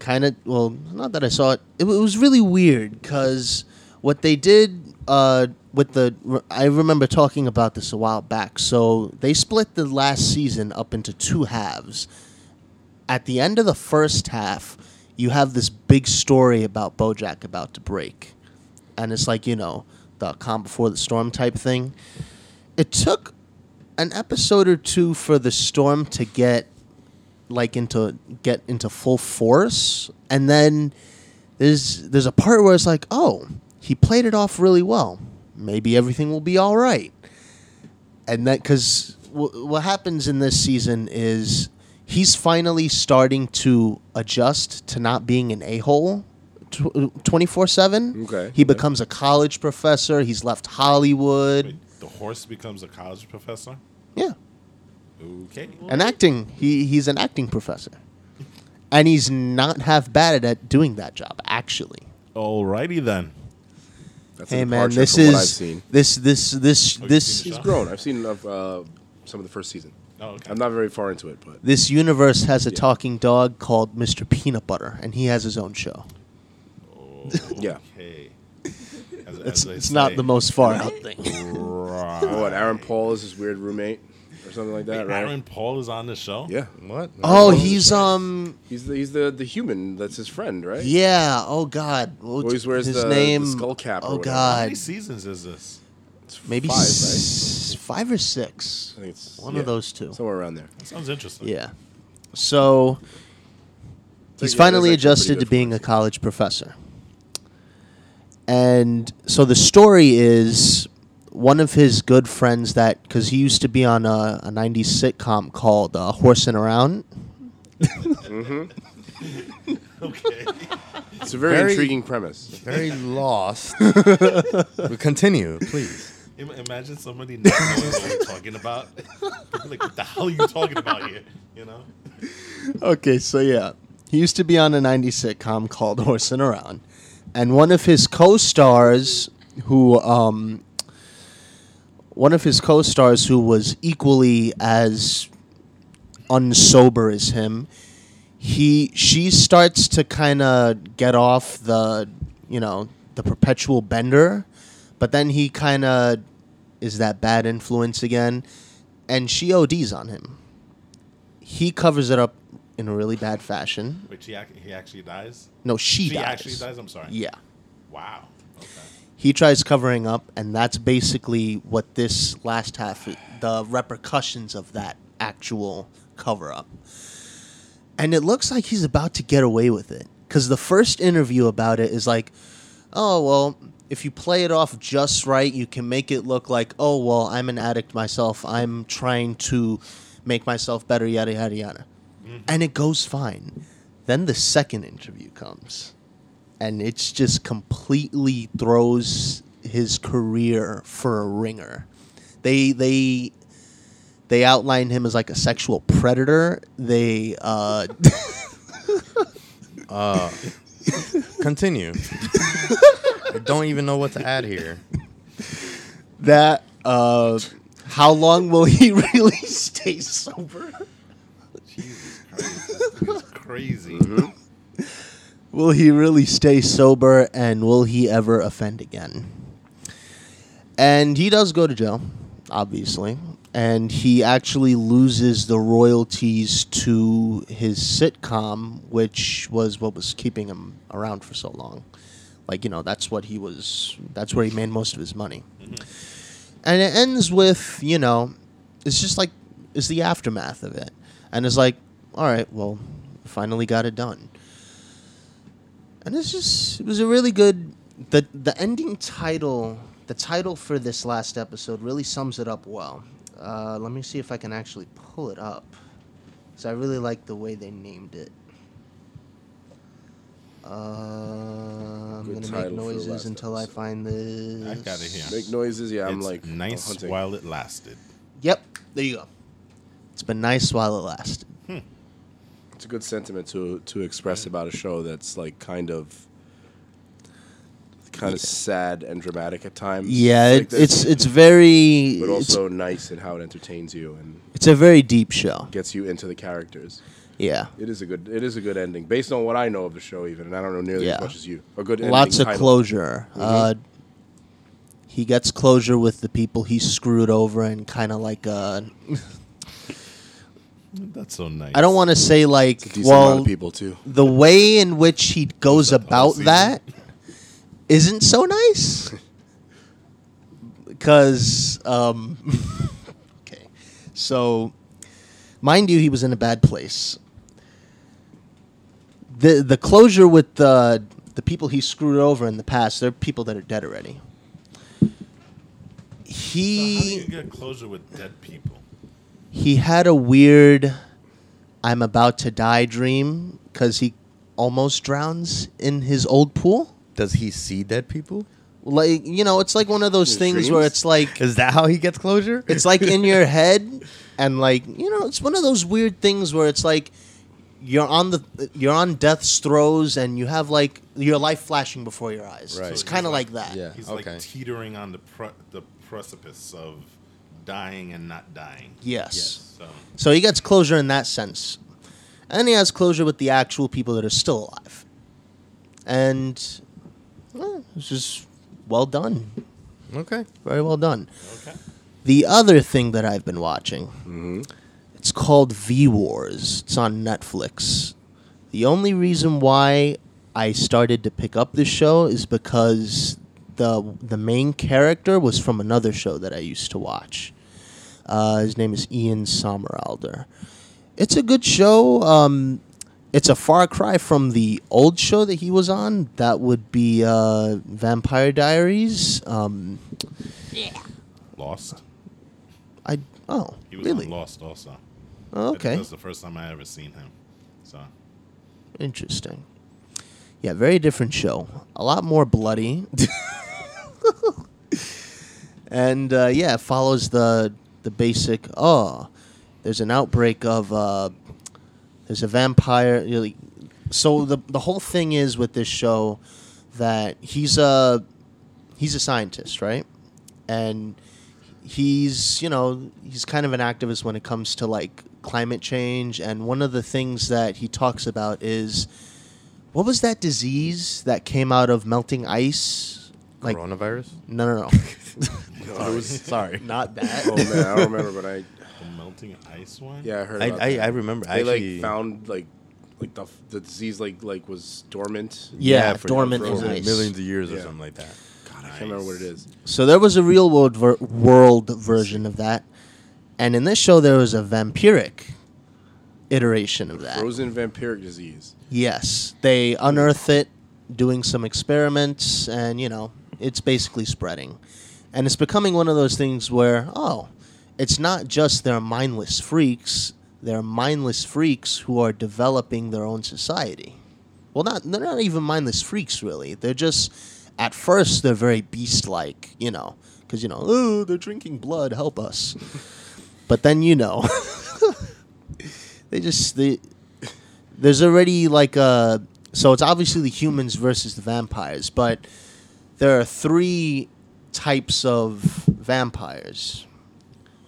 B: kind of well, not that I saw it. It, wa- it was really weird because what they did uh, with the I remember talking about this a while back. So they split the last season up into two halves at the end of the first half, you have this big story about Bojack about to break. And it's like, you know, the calm before the storm type thing. It took an episode or two for the storm to get like into get into full force and then there's there's a part where it's like, "Oh, he played it off really well. Maybe everything will be all right." and that because w- what happens in this season is he's finally starting to adjust to not being an a-hole 24 7
A: Okay.
B: he becomes a college professor he's left hollywood
E: Wait, the horse becomes a college professor.
B: yeah
E: Okay.
B: an acting he, he's an acting professor and he's not half bad at doing that job actually
E: Alrighty then.
A: That's
B: hey
A: an
B: man
A: departure
B: this
A: from what I've
B: is
A: seen.
B: this this this
E: Oh, you've
B: this
E: seen
A: He's
E: John?
A: grown. I've seen enough, uh, some of the first season.
E: Oh, okay.
A: I'm not very far into it, but
B: this universe has a talking dog called Mr. Peanut Butter, and he has his own show.
A: Yeah.
E: Okay. As-
B: It's,
E: as they
B: it's not
E: say.
B: the most far out thing.
E: Right.
A: oh, and Aaron Paul is his weird roommate or something like that, right?
E: Aaron Paul is on the show.
A: Yeah.
C: What?
B: Oh, he's um,
A: He's the he's the, the human that's his friend, right?
B: yeah. Oh God, What-
A: Always wears
B: his
A: the- the
B: name.
A: skull cap or
B: Oh
A: whatever.
E: How
B: God,
E: many seasons is this?
A: It's
B: maybe
A: five, right?
B: s- five or six.
A: I think it's
B: One
A: yeah,
B: of those two.
A: somewhere around there.
E: Sounds interesting.
B: Yeah. So he's
A: yeah, that's
B: finally
A: actually
B: adjusted
A: pretty
B: to
A: good
B: being
A: for
B: a college professor. And so the story is one of his good friends that because he used to be on a, a 90s sitcom called uh, Horsing Around.
E: Okay.
A: It's a very,
C: Very-
A: intriguing premise.
C: Very lost. Continue, please.
E: Im- Imagine somebody not knowing what we're talking about. like, what the hell are you talking about here? You know?
B: Okay, so yeah. He used to be on a 90s sitcom called Horsing Around. And one of his co stars, who, um, one of his co stars who was equally as unsober as him, he, she starts to kind of get off the, you know, the perpetual bender. But then he kind of is that bad influence again. And she ODs on him he covers it up in a really bad fashion.
E: Wait, he, ac- he actually dies?
B: No, she,
E: She
B: dies.
E: actually dies? I'm sorry.
B: Yeah.
E: Wow. Okay.
B: He tries covering up, and that's basically what this last half, the repercussions of that actual cover up. And it looks like he's about to get away with it. Because the first interview about it is like, oh, well, if you play it off just right, you can make it look like, oh, well, I'm an addict myself. I'm trying to make myself better, yada, yada, yada. And it goes fine. Then the second interview comes and it's just completely throws his career for a ringer. They they they outline him as like a sexual predator. They uh,
C: Continue. I don't even know what to add here.
B: that uh, how long will he really stay sober?
E: Jesus Christ. It's crazy.
A: Mm-hmm.
B: Will he really stay sober and will he ever offend again? And he does go to jail, obviously. And he actually loses the royalties to his sitcom, which was what was keeping him around for so long. Like, you know, that's what he was, that's where he made most of his money. And it ends with, you know, it's just like, it's the aftermath of it. And it's like, all right, well, finally got it done and it's just it was a really good the the ending title the title for this last episode really sums it up well uh, let me see if i can actually pull it up because i really like the way they named it uh, i'm
A: Good
B: gonna
A: title for
B: make
A: the
B: noises
A: last
B: until i
A: episode.
B: find this
E: I got it here.
A: Make noises, yeah. I'm
E: It's
A: like
E: nice
A: hunting.
E: while it lasted.
B: yep there you go it's been nice while it lasted
A: It's a good sentiment to to express about a show that's like kind of kind of sad and dramatic at times.
B: Yeah,
A: like
B: it,
A: this,
B: it's it's very
A: but
B: it's,
A: also nice in how it entertains you and
B: it's a very deep show.
A: gets you into the characters.
B: Yeah,
A: It is a good it is a good ending based on what I know of the show even, and I don't know nearly as
B: Yeah.
A: much as you. A good ending
B: lots
A: Mm-hmm.
B: of
A: title.
B: closure. Uh, he gets closure with the people he screwed over, and kind of like uh,
E: That's so nice.
B: I don't want to say like
A: Decent amount
B: well
A: of people too.
B: the way in which he goes
E: That's the whole
B: about
E: season.
B: that isn't so nice. Because, um, okay, so mind you, he was in a bad place. the The closure with the the people he screwed over in the past, they're people that are dead already.
E: So
B: He
E: how do you get closure with dead people?
B: he had a weird I'm about to die dream because he almost drowns in his old pool.
C: Does he see dead people?
B: Like, you know, it's like one of those
A: His
B: things
A: dreams?
B: where it's like,
C: Is that how he gets closure?
B: it's like in your head, and like, you know, it's one of those weird things where it's like, you're on the you're on death's throes and you have like your life flashing before your eyes.
A: Right.
B: It's
A: So
B: kind of like that.
A: Yeah,
E: He's
A: okay.
E: like teetering on the pre- the precipice of dying and not dying.
B: Yes.
E: So
B: So he gets closure in that sense. And he has closure with the actual people that are still alive. And well, it's just well done.
C: okay.
B: Very well done.
E: okay.
B: The other thing that I've been watching,
E: Mm-hmm.
B: it's called V Wars. It's on Netflix. The only reason why I started to pick up this show is because the the main character was from another show that I used to watch. Uh, his name is Ian Somerhalder. It's a good show. Um, it's a far cry from the old show that he was on. That would be uh, Vampire Diaries. Um,
E: Lost.
B: I oh
E: He was
B: really
E: on Lost also. I
B: Oh,
E: think
B: okay
E: That's the first time I ever seen him. So
B: interesting. Yeah, very different show. A lot more bloody. and uh, yeah, it follows the the basic. Oh, there's an outbreak of uh, there's a vampire. you know, like- So the the whole thing is with this show that he's a he's a scientist, right? And he's you know he's kind of an activist when it comes to like climate change and one of the things that he talks about is what was that disease that came out of melting ice like
C: Coronavirus?
B: no no
A: I was,
B: no not that
A: oh man, I don't remember, but I
E: the melting ice one.
A: yeah I heard.
C: I,
A: about
C: I,
A: that.
C: I remember. I
A: they
C: actually,
A: like found like like the f- the disease like like was dormant.
B: yeah,
C: for-
B: dormant
C: for
B: in
C: over
B: ice
C: millions of years or
A: Yeah.
C: something like that.
A: God, I can't remember what it is.
B: So there was a real world ver- world version of that, and in this show there was a vampiric iteration of that.
A: Frozen vampiric disease.
B: Yes, they unearth it, doing some experiments, and you know it's basically spreading, and it's becoming one of those things where oh, it's not just they're mindless freaks; they're mindless freaks who are developing their own society. Well, not they're not even mindless freaks really. They're just at first they're very beast-like, you know, because you know oh they're drinking blood, help us. but then you know they just they there's already like a so it's obviously the humans versus the vampires, but there are three types of vampires.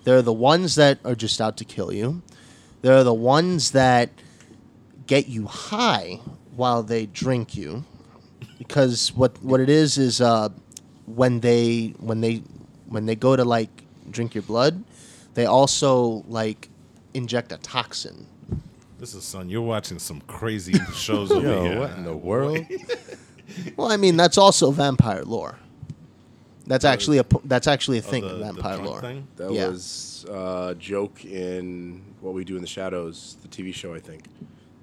B: There are the ones that are just out to kill you. There are the ones that get you high while they drink you, because what what it is is uh, when they when they when they go to like drink your blood, they also like inject a toxin
E: This is son. You're watching some crazy shows over
C: Yo,
E: here. Oh,
C: what in the world?
B: Well, I mean, that's also vampire lore. That's actually a po- that's actually a
E: Oh,
B: thing
E: the-
B: in
E: the
B: vampire
E: drunk
B: lore.
E: thing?
A: That
B: Yeah.
A: was uh, a joke in What We Do in the Shadows, the TV show, I think.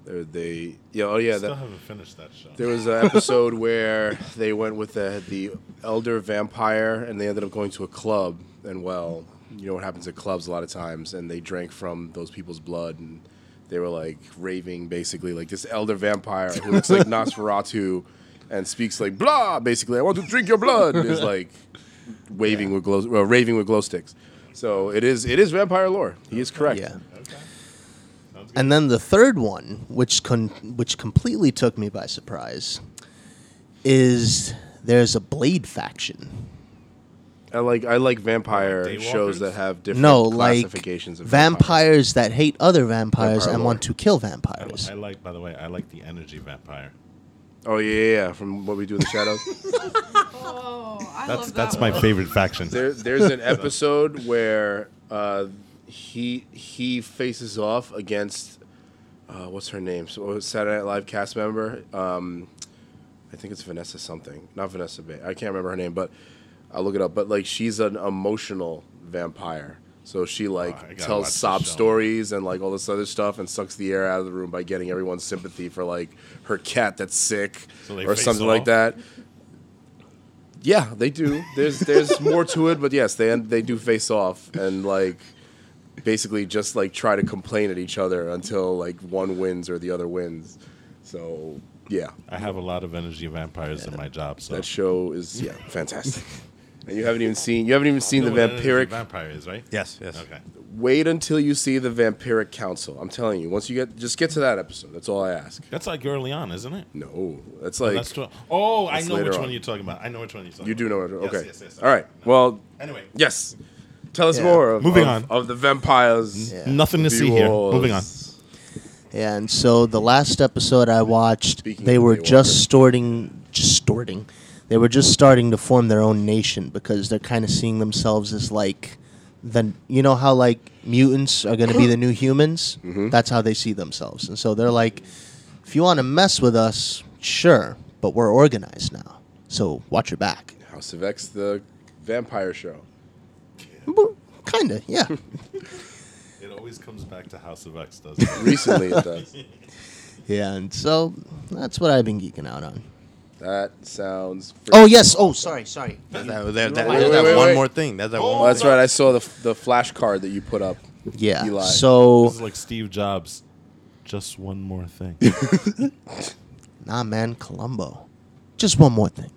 A: They, they yeah, oh yeah,
E: Still
A: that,
E: haven't finished that show.
A: there was an episode where they went with the the elder vampire, and they ended up going to a club, and well, you know what happens at clubs a lot of times, and they drank from those people's blood, and they were like raving basically, like this elder vampire who looks like Nosferatu, and speaks like blah, basically, I want to drink your blood, and is like waving with glow, uh, raving with glow sticks. So it is it is vampire lore. He is correct.
B: Yeah.
E: Sounds good.
B: And then the third one, which con- which completely took me by surprise, is There's a Blade faction.
A: I like I like vampire
E: Daywalkers?
A: shows that have different
B: no, like
A: classifications of vampires.
B: vampires that hate other vampires
A: Vampire
B: and
A: lore.
B: want to kill
E: I,
B: vampires.
E: I like, by the way, I like the energy vampire.
A: Oh yeah, yeah, yeah, from what we do in the shadows.
D: Oh, I
E: That's
D: love
E: that's
D: that
E: my
D: one.
E: favorite faction.
A: there, there's an episode where uh, he he faces off against uh, what's her name? So a Saturday Night Live cast member. Um, I think it's Vanessa something, not Vanessa Bay. I can't remember her name, but I'll look it up. But like, she's an emotional vampire. So she
E: I gotta
A: like
E: watch
A: tells
E: this
A: sob
E: show.
A: stories and like all this other stuff and sucks the air out of the room by getting everyone's sympathy for like her cat that's sick
E: So they
A: or
E: face
A: something like
E: off?
A: that. Yeah, they do. There's there's more to it, but yes, they end, they do face off and like basically just like try to complain at each other until like one wins or the other wins. So yeah,
E: I have a lot of energy vampires in my job. So
A: that show is yeah fantastic. And you haven't even seen you haven't even seen
E: You know
A: the
E: what an energy
A: vampiric.
E: vampire is right.
C: Yes, yes.
E: Okay.
A: Wait until you see the vampiric council. I'm telling you, once you get just get to that episode. That's all I ask.
E: That's like early on, isn't it?
A: No, that's like
E: that's tw- oh, I
A: that's
E: know which
A: later
E: one
A: on.
E: you're talking about. I know which one you're talking.
A: you do know. It.
E: Yes,
A: Okay,
E: yes, yes.
A: all right. Well,
E: Anyway,
A: yes. Tell us
B: Yeah.
A: more. Of,
E: Moving
A: of-
E: on.
A: of the vampires.
B: Yeah.
E: nothing to see here. Moving on.
B: Yeah, and so the last episode I watched,
A: Speaking
B: they
A: of
B: were
A: Daywalker.
B: just starting, just starting. They were just starting to form their own nation because they're kind of seeing themselves as like the you know how like mutants are going to be the new humans.
A: Mm-hmm.
B: That's how they see themselves, and so they're like, if you want to mess with us, sure, but we're organized now, so watch your back.
A: House of X, the vampire show.
B: Kinda, yeah.
E: it always comes back to House of X, doesn't it?
A: Recently, it does.
B: Yeah, and so that's what I've been geeking out on.
A: That sounds. freaking-
B: Oh yes. Oh, sorry, sorry.
C: That, that, that, that,
A: Wait,
C: there's
A: wait,
C: that
A: wait,
C: one
A: wait.
C: more thing. That's that
A: Well,
C: one.
A: that's right. I saw the the flash card that you put up.
B: Yeah.
A: Eli.
B: So
E: This is like Steve Jobs. Just one more thing.
B: Nah, man, Colombo. Just one more thing.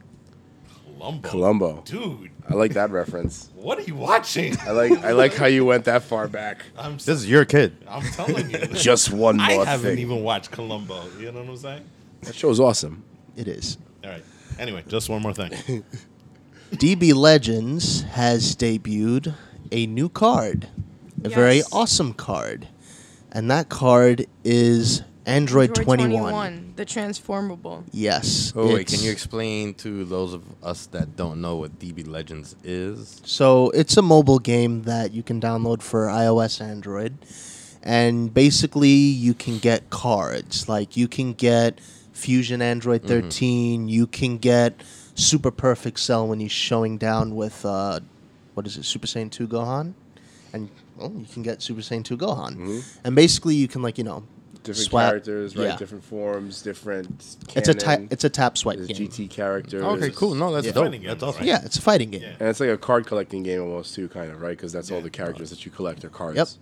E: Columbo.
A: Columbo.
E: Dude,
A: I like that reference.
E: what are you watching?
A: I like I like how you went that far back.
E: I'm,
C: This is your kid.
E: I'm telling you.
A: Just one
E: I
A: more
E: haven't
A: thing.
E: even watched Columbo. You know what I'm saying?
A: that show's awesome.
B: It is.
E: All right. Anyway, just one more thing.
B: DB Legends has debuted a new card, a very
D: Yes.
B: awesome card, and that card is Android, 21.
D: the transformable.
B: Yes.
C: Oh, wait, can
B: it's-
C: you explain to those of us that don't know what DB Legends is?
B: So it's a mobile game that you can download for iOS, Android, and basically you can get cards. Like you can get Fusion
A: Mm-hmm.
B: Android 13. You can get Super Perfect Cell when he's showing down with uh, what is it, Super Saiyan 2 Gohan, and well, you can get Super Saiyan 2 Gohan, and basically you can like you know
A: Mm-hmm. Different
B: swap-
A: characters, right?
B: yeah.
A: Different forms, different.
B: It's a
A: canon.
B: ta- it's a tap swipe
A: There's
B: game.
A: GT characters.
C: Okay, cool. No, that's
B: Yeah.
C: dope.
E: Fighting game,
C: That's awesome.
E: right?
B: Yeah, it's a fighting game.
E: Yeah.
A: And it's like a card collecting game almost too, kind of right? Because that's all the characters that you collect are cards.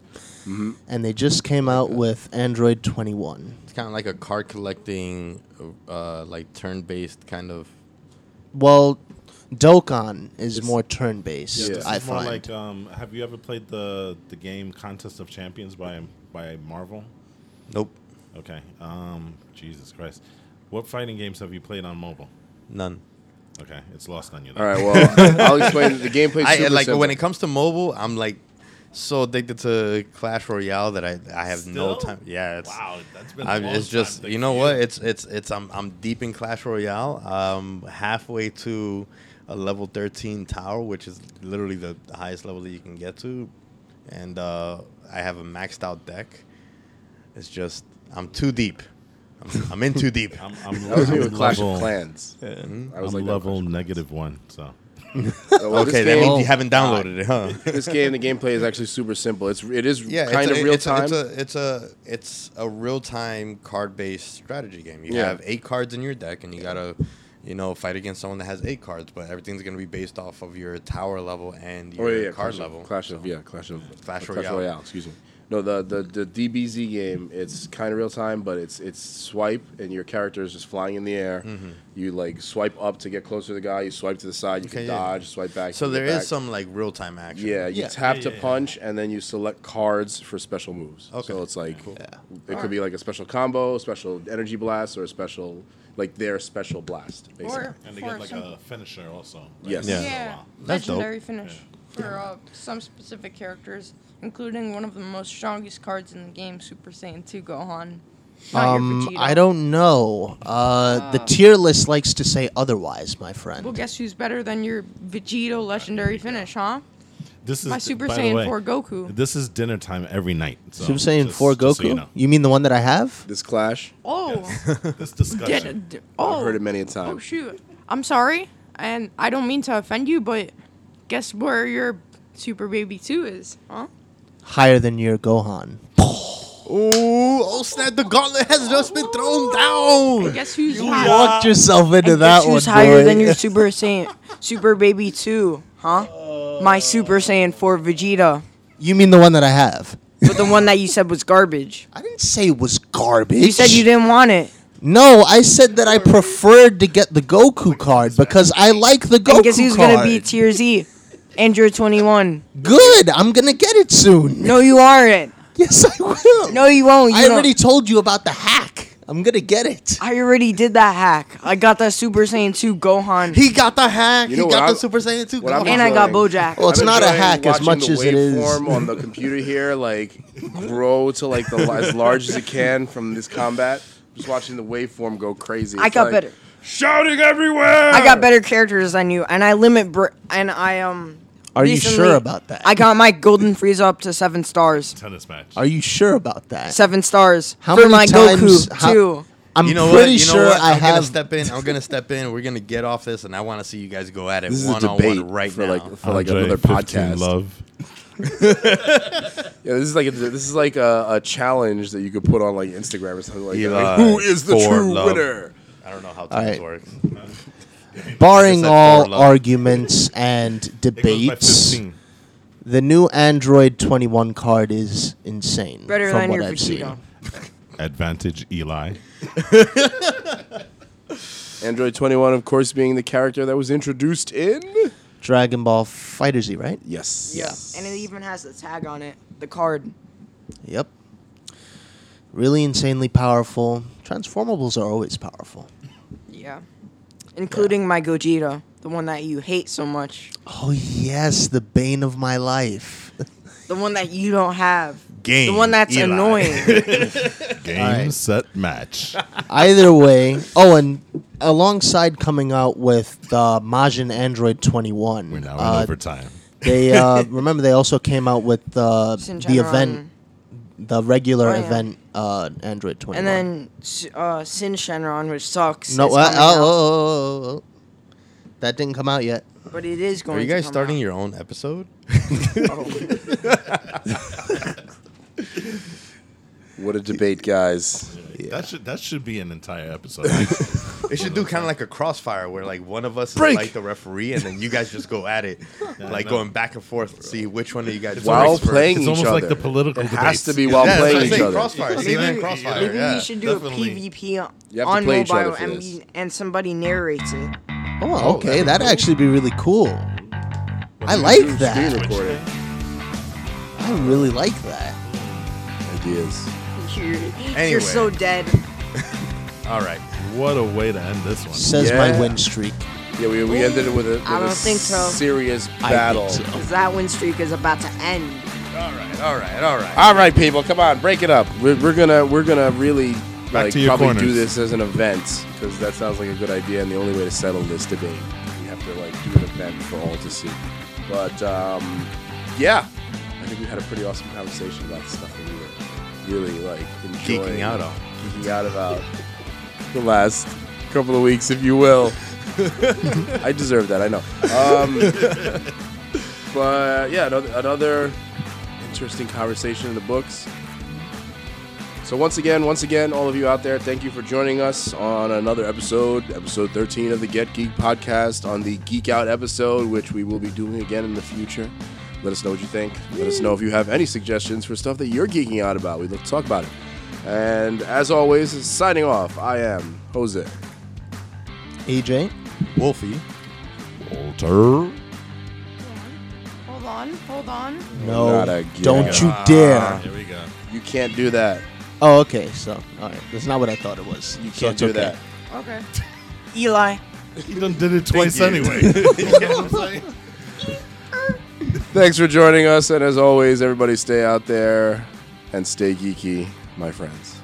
B: Yep. And they just came out with Android 21.
C: It's kind of like a card collecting, uh, like turn-based kind of.
B: Well, Dokkan is more turn based.
A: Yeah,
E: This
B: I
E: is more
B: find.
E: like um, have you ever played the the game Contest of Champions by by Marvel?
C: Nope,
E: Okay. Um, Jesus Christ. What fighting games have you played on mobile?
C: none.
E: Okay, it's lost on you.
A: All right. Well, I'll explain. The gameplay.
C: I
A: super
C: like
A: simple.
C: when it comes to mobile, I'm like so addicted to Clash Royale that I I have no
E: Still?
C: time. Yeah, it's
E: Wow, that's been. a
C: I'm,
E: long
C: it's just
E: time.
C: you know what it's it's it's I'm I'm deep in Clash Royale. I'm halfway to a level 13 tower, which is literally the highest level that you can get to, and uh, I have a maxed out deck. It's just I'm too deep. I'm, I'm in too deep.
E: I'm, I'm,
A: That was me
E: I'm
A: with Clash
E: level-
A: of Clans. I was
E: I'm
A: like that
E: level negative one. So
A: with Clash of Clans. Well,
C: okay,
A: this
C: that
A: game,
C: means you haven't downloaded it, huh?
A: this game, the gameplay is actually super simple. It's it is
C: Yeah,
A: kind
C: it's
A: of
C: a,
A: real
C: it's
A: time.
C: A, it's a it's a it's a real time card based strategy game. You
A: Yeah.
C: have eight cards in your deck, and you gotta, you know, fight against someone that has eight cards. But everything's gonna be based off of your tower level and your
A: oh yeah, yeah,
C: card
A: Clash
C: level.
A: Of, Clash
C: So-
A: of yeah, Clash of
C: Clash
A: Clash
C: Royale.
A: Royale. Excuse me. No, the, the the DBZ game. It's kind of real time, but it's it's swipe, and your character is just flying in the air.
C: Mm-hmm.
A: You like swipe up to get closer to the guy. You swipe to the side. You can
C: Okay, yeah.
A: dodge. Swipe back.
C: So
A: you can
C: there
A: get
C: is
A: back.
C: some like real time action.
A: Yeah, you
B: Yeah.
A: tap
E: Yeah,
A: to
E: yeah, yeah.
A: punch, and then you select cards for special moves.
C: Okay.
A: So it's like
C: Cool.
B: Yeah.
A: it could be like a special combo, special energy blast, or a special like their special blast. Basically.
D: Or
E: And they
D: for
E: get like
D: some,
E: a finisher also. right?
A: Yes.
C: Yeah.
D: yeah,
C: That's dope.
D: legendary finish for uh, some specific characters, including one of the most strongest cards in the game, Super Saiyan 2 Gohan. Not your
B: Um,
D: Vegeta.
B: I don't know. Uh, the
D: Ah.
B: tier list likes to say otherwise, my friend.
D: Well, guess who's better than your Vegito legendary finish, huh?
E: This is
D: My Super
E: by the
D: Saiyan
E: way,
D: 4 Goku.
E: This is dinner time every night. So
B: Super Saiyan
E: just-
B: 4 Goku?
E: just so you know.
B: you mean the one that I have?
A: This clash,
D: Oh,
E: This
D: Yeah,
E: discussion.
D: d-
A: I've
D: oh,
A: heard it many a time.
D: oh shoot! I'm sorry, and I don't mean to offend you, but guess where your Super Baby Two is, huh?
B: Higher than your Gohan.
C: Ooh, oh snap! The gauntlet has just been thrown down.
D: Guess who's high?
B: Walked yourself into
F: And
B: that
F: guess who's
B: one,
F: higher
B: boy.
F: than your Super Saiyan, Super Baby Two, huh? My Super Saiyan for Vegeta,
B: you mean the one that I have?
F: but the one that you said was garbage.
B: I didn't say it was garbage.
F: You said you didn't want it.
B: No, I said that I preferred to get the Goku card because I like the Goku
F: and guess who's
B: card.
F: gonna be Tier Z? Android 21.
B: Good. I'm gonna get it soon.
F: No, you aren't.
B: Yes, I will.
F: No, you won't. You
B: I
F: don't-
B: already told you about the hack. I'm gonna get it.
F: I already did that hack. I got that Super Saiyan 2 Gohan.
B: He got the hack.
A: You know
B: he
A: what
B: got
A: I'm-
B: the Super Saiyan 2.
A: what I'm
F: and I got
A: enjoying-
F: Bojack.
B: Well, it's
A: I'm
B: not a
A: enjoying
B: hack as
A: watching
B: much
A: the
B: as it is.
A: waveform on the computer here, like grow to like the as large as it can from this combat. Just watching the waveform go crazy.
F: I
A: It's
F: got
A: like,
F: better.
A: Shouting everywhere.
F: I
B: Oh.
F: got better characters than you, and I limit br- and I um.
B: Are you
F: recently-
B: sure about that?
F: I got my Golden Frieza up to seven stars.
E: Tennis match.
B: Are you sure about that?
F: Seven stars
B: How
F: for
B: many
F: my
B: times-
F: Goku
B: how-
F: too.
B: I'm
C: You know
B: pretty
C: what? You know
B: sure
C: what?
B: I
C: I'm gonna
B: have.
C: step in. I'm gonna step in. We're gonna get off this, and I want to see you guys go at it
A: This is a
C: one on
A: debate
C: one right
A: for
C: now.
A: like for like
E: Andre,
A: another
E: 15
A: podcast.
E: Love.
A: Yeah, this is like a, this is like a, a challenge that you could put on like Instagram or something like
C: Eli,
A: that. Like, who is the
C: for
A: true
C: love.
A: winner?
C: I don't know how
B: All
C: times
B: right.
C: works.
B: barring
C: Just at
B: all
C: door level.
B: arguments and
E: It goes by
B: debates,
E: 15.
B: the new Android 21 card is insane.
F: Better
B: from
F: than
B: what
F: your
B: I've
F: Vegeta.
B: seen.
E: Advantage Eli.
A: Android twenty one, of course, being the character that was introduced in.
B: Dragon Ball Fighter Z, right?
A: Yes.
F: Yeah, and it even has the tag on it, the card.
B: Yep. Really insanely powerful. Transformables are always powerful.
F: Yeah, including my Gogeta, the one that you hate so much,
B: Oh yes, the bane of my life.
F: the one that you don't have,
C: Game.
F: the one that's
C: Eli.
F: annoying.
E: Game
B: All right.
E: set match.
B: Either way, oh, and alongside coming out with the Majin Android Twenty One,
E: We're now in
B: uh,
E: overtime.
B: they uh, remember they also came out with uh, the
F: Sinchon
B: event, the regular
F: Oh, yeah.
B: event uh, Android Twenty
F: and
B: One,
F: then uh, Sin Shenron, which sucks.
B: no, uh,
F: is
B: oh,
F: coming out,
B: oh, oh, oh, oh. that didn't come out yet.
F: but it is going.
C: Are you guys
F: to come
C: starting
F: out.
C: your own episode?
A: What a debate, guys.
E: That should that should be an entire episode.
C: They should do kind of like a crossfire where like one of us
A: Break.
C: is like the referee, and then you guys just go at it, like
E: no.
C: going back and forth, to see which one of you guys is
A: While
C: expert.
A: playing
E: it's
A: each
E: almost like
A: other.
E: the political
A: It has
E: debates.
A: to be while
C: Yeah, that's what I'm
A: playing each
C: saying,
A: other.
C: Crossfire, see that crossfire.
F: Maybe
C: yeah.
F: we should do
E: definitely.
F: a PvP on,
A: You have to play each other
F: mobile
A: for
F: and,
A: this.
F: we- and somebody narrates it.
B: Oh, okay,
E: that'd be
B: that'd
E: cool.
B: actually be really cool. I
A: Dude,
B: like that.
A: Screen recording
B: I really like that.
A: ideas.
F: You're,
C: Anyway.
F: you're so dead.
C: All right.
E: What a way to end this one.
B: Says
A: Yeah.
B: my win streak.
A: Yeah, we, we ended it with a, with
F: I
A: a
F: don't think so.
A: serious
B: I
A: battle.
B: think so.
F: Because that win streak is about to end.
C: All right. All right. All right.
A: All right, people, come on, break it up. We're, we're gonna we're gonna really like
E: to your
A: probably
E: corners.
A: do this as an event because that sounds like a good idea and the only way to settle this debate. We have to like do an event for all to see. But um, yeah, I think we had a pretty awesome conversation about the stuff that we were really like enjoying,
C: Geeking out on.
A: geeking out about the last couple of weeks, if you will. I deserve that. I know. Um, but yeah, another, another interesting conversation in the books. So once again, once again, all of you out there, thank you for joining us on another episode, episode 13 of the Get Geek podcast on the Geek Out episode, which we will be doing again in the future. Let us know what you think. Let us know if you have any suggestions for stuff that you're geeking out about. We'd love to talk about it. And as always, signing off, I am Jose.
B: AJ.
C: Wolfie.
E: Walter.
D: Hold on, hold on.
B: No,
A: Not again. Ah.
B: don't you dare.
E: Here we go.
A: You can't do that.
B: Oh, okay. So, all right, that's not what I thought it was.
A: You
B: So
A: can't
B: it's
A: do that.
B: okay.
D: Okay.
F: Eli.
E: You done did it twice
C: you.
E: anyway. You know what I'm saying?
A: Thanks for joining us. And as always, everybody stay out there and stay geeky, my friends.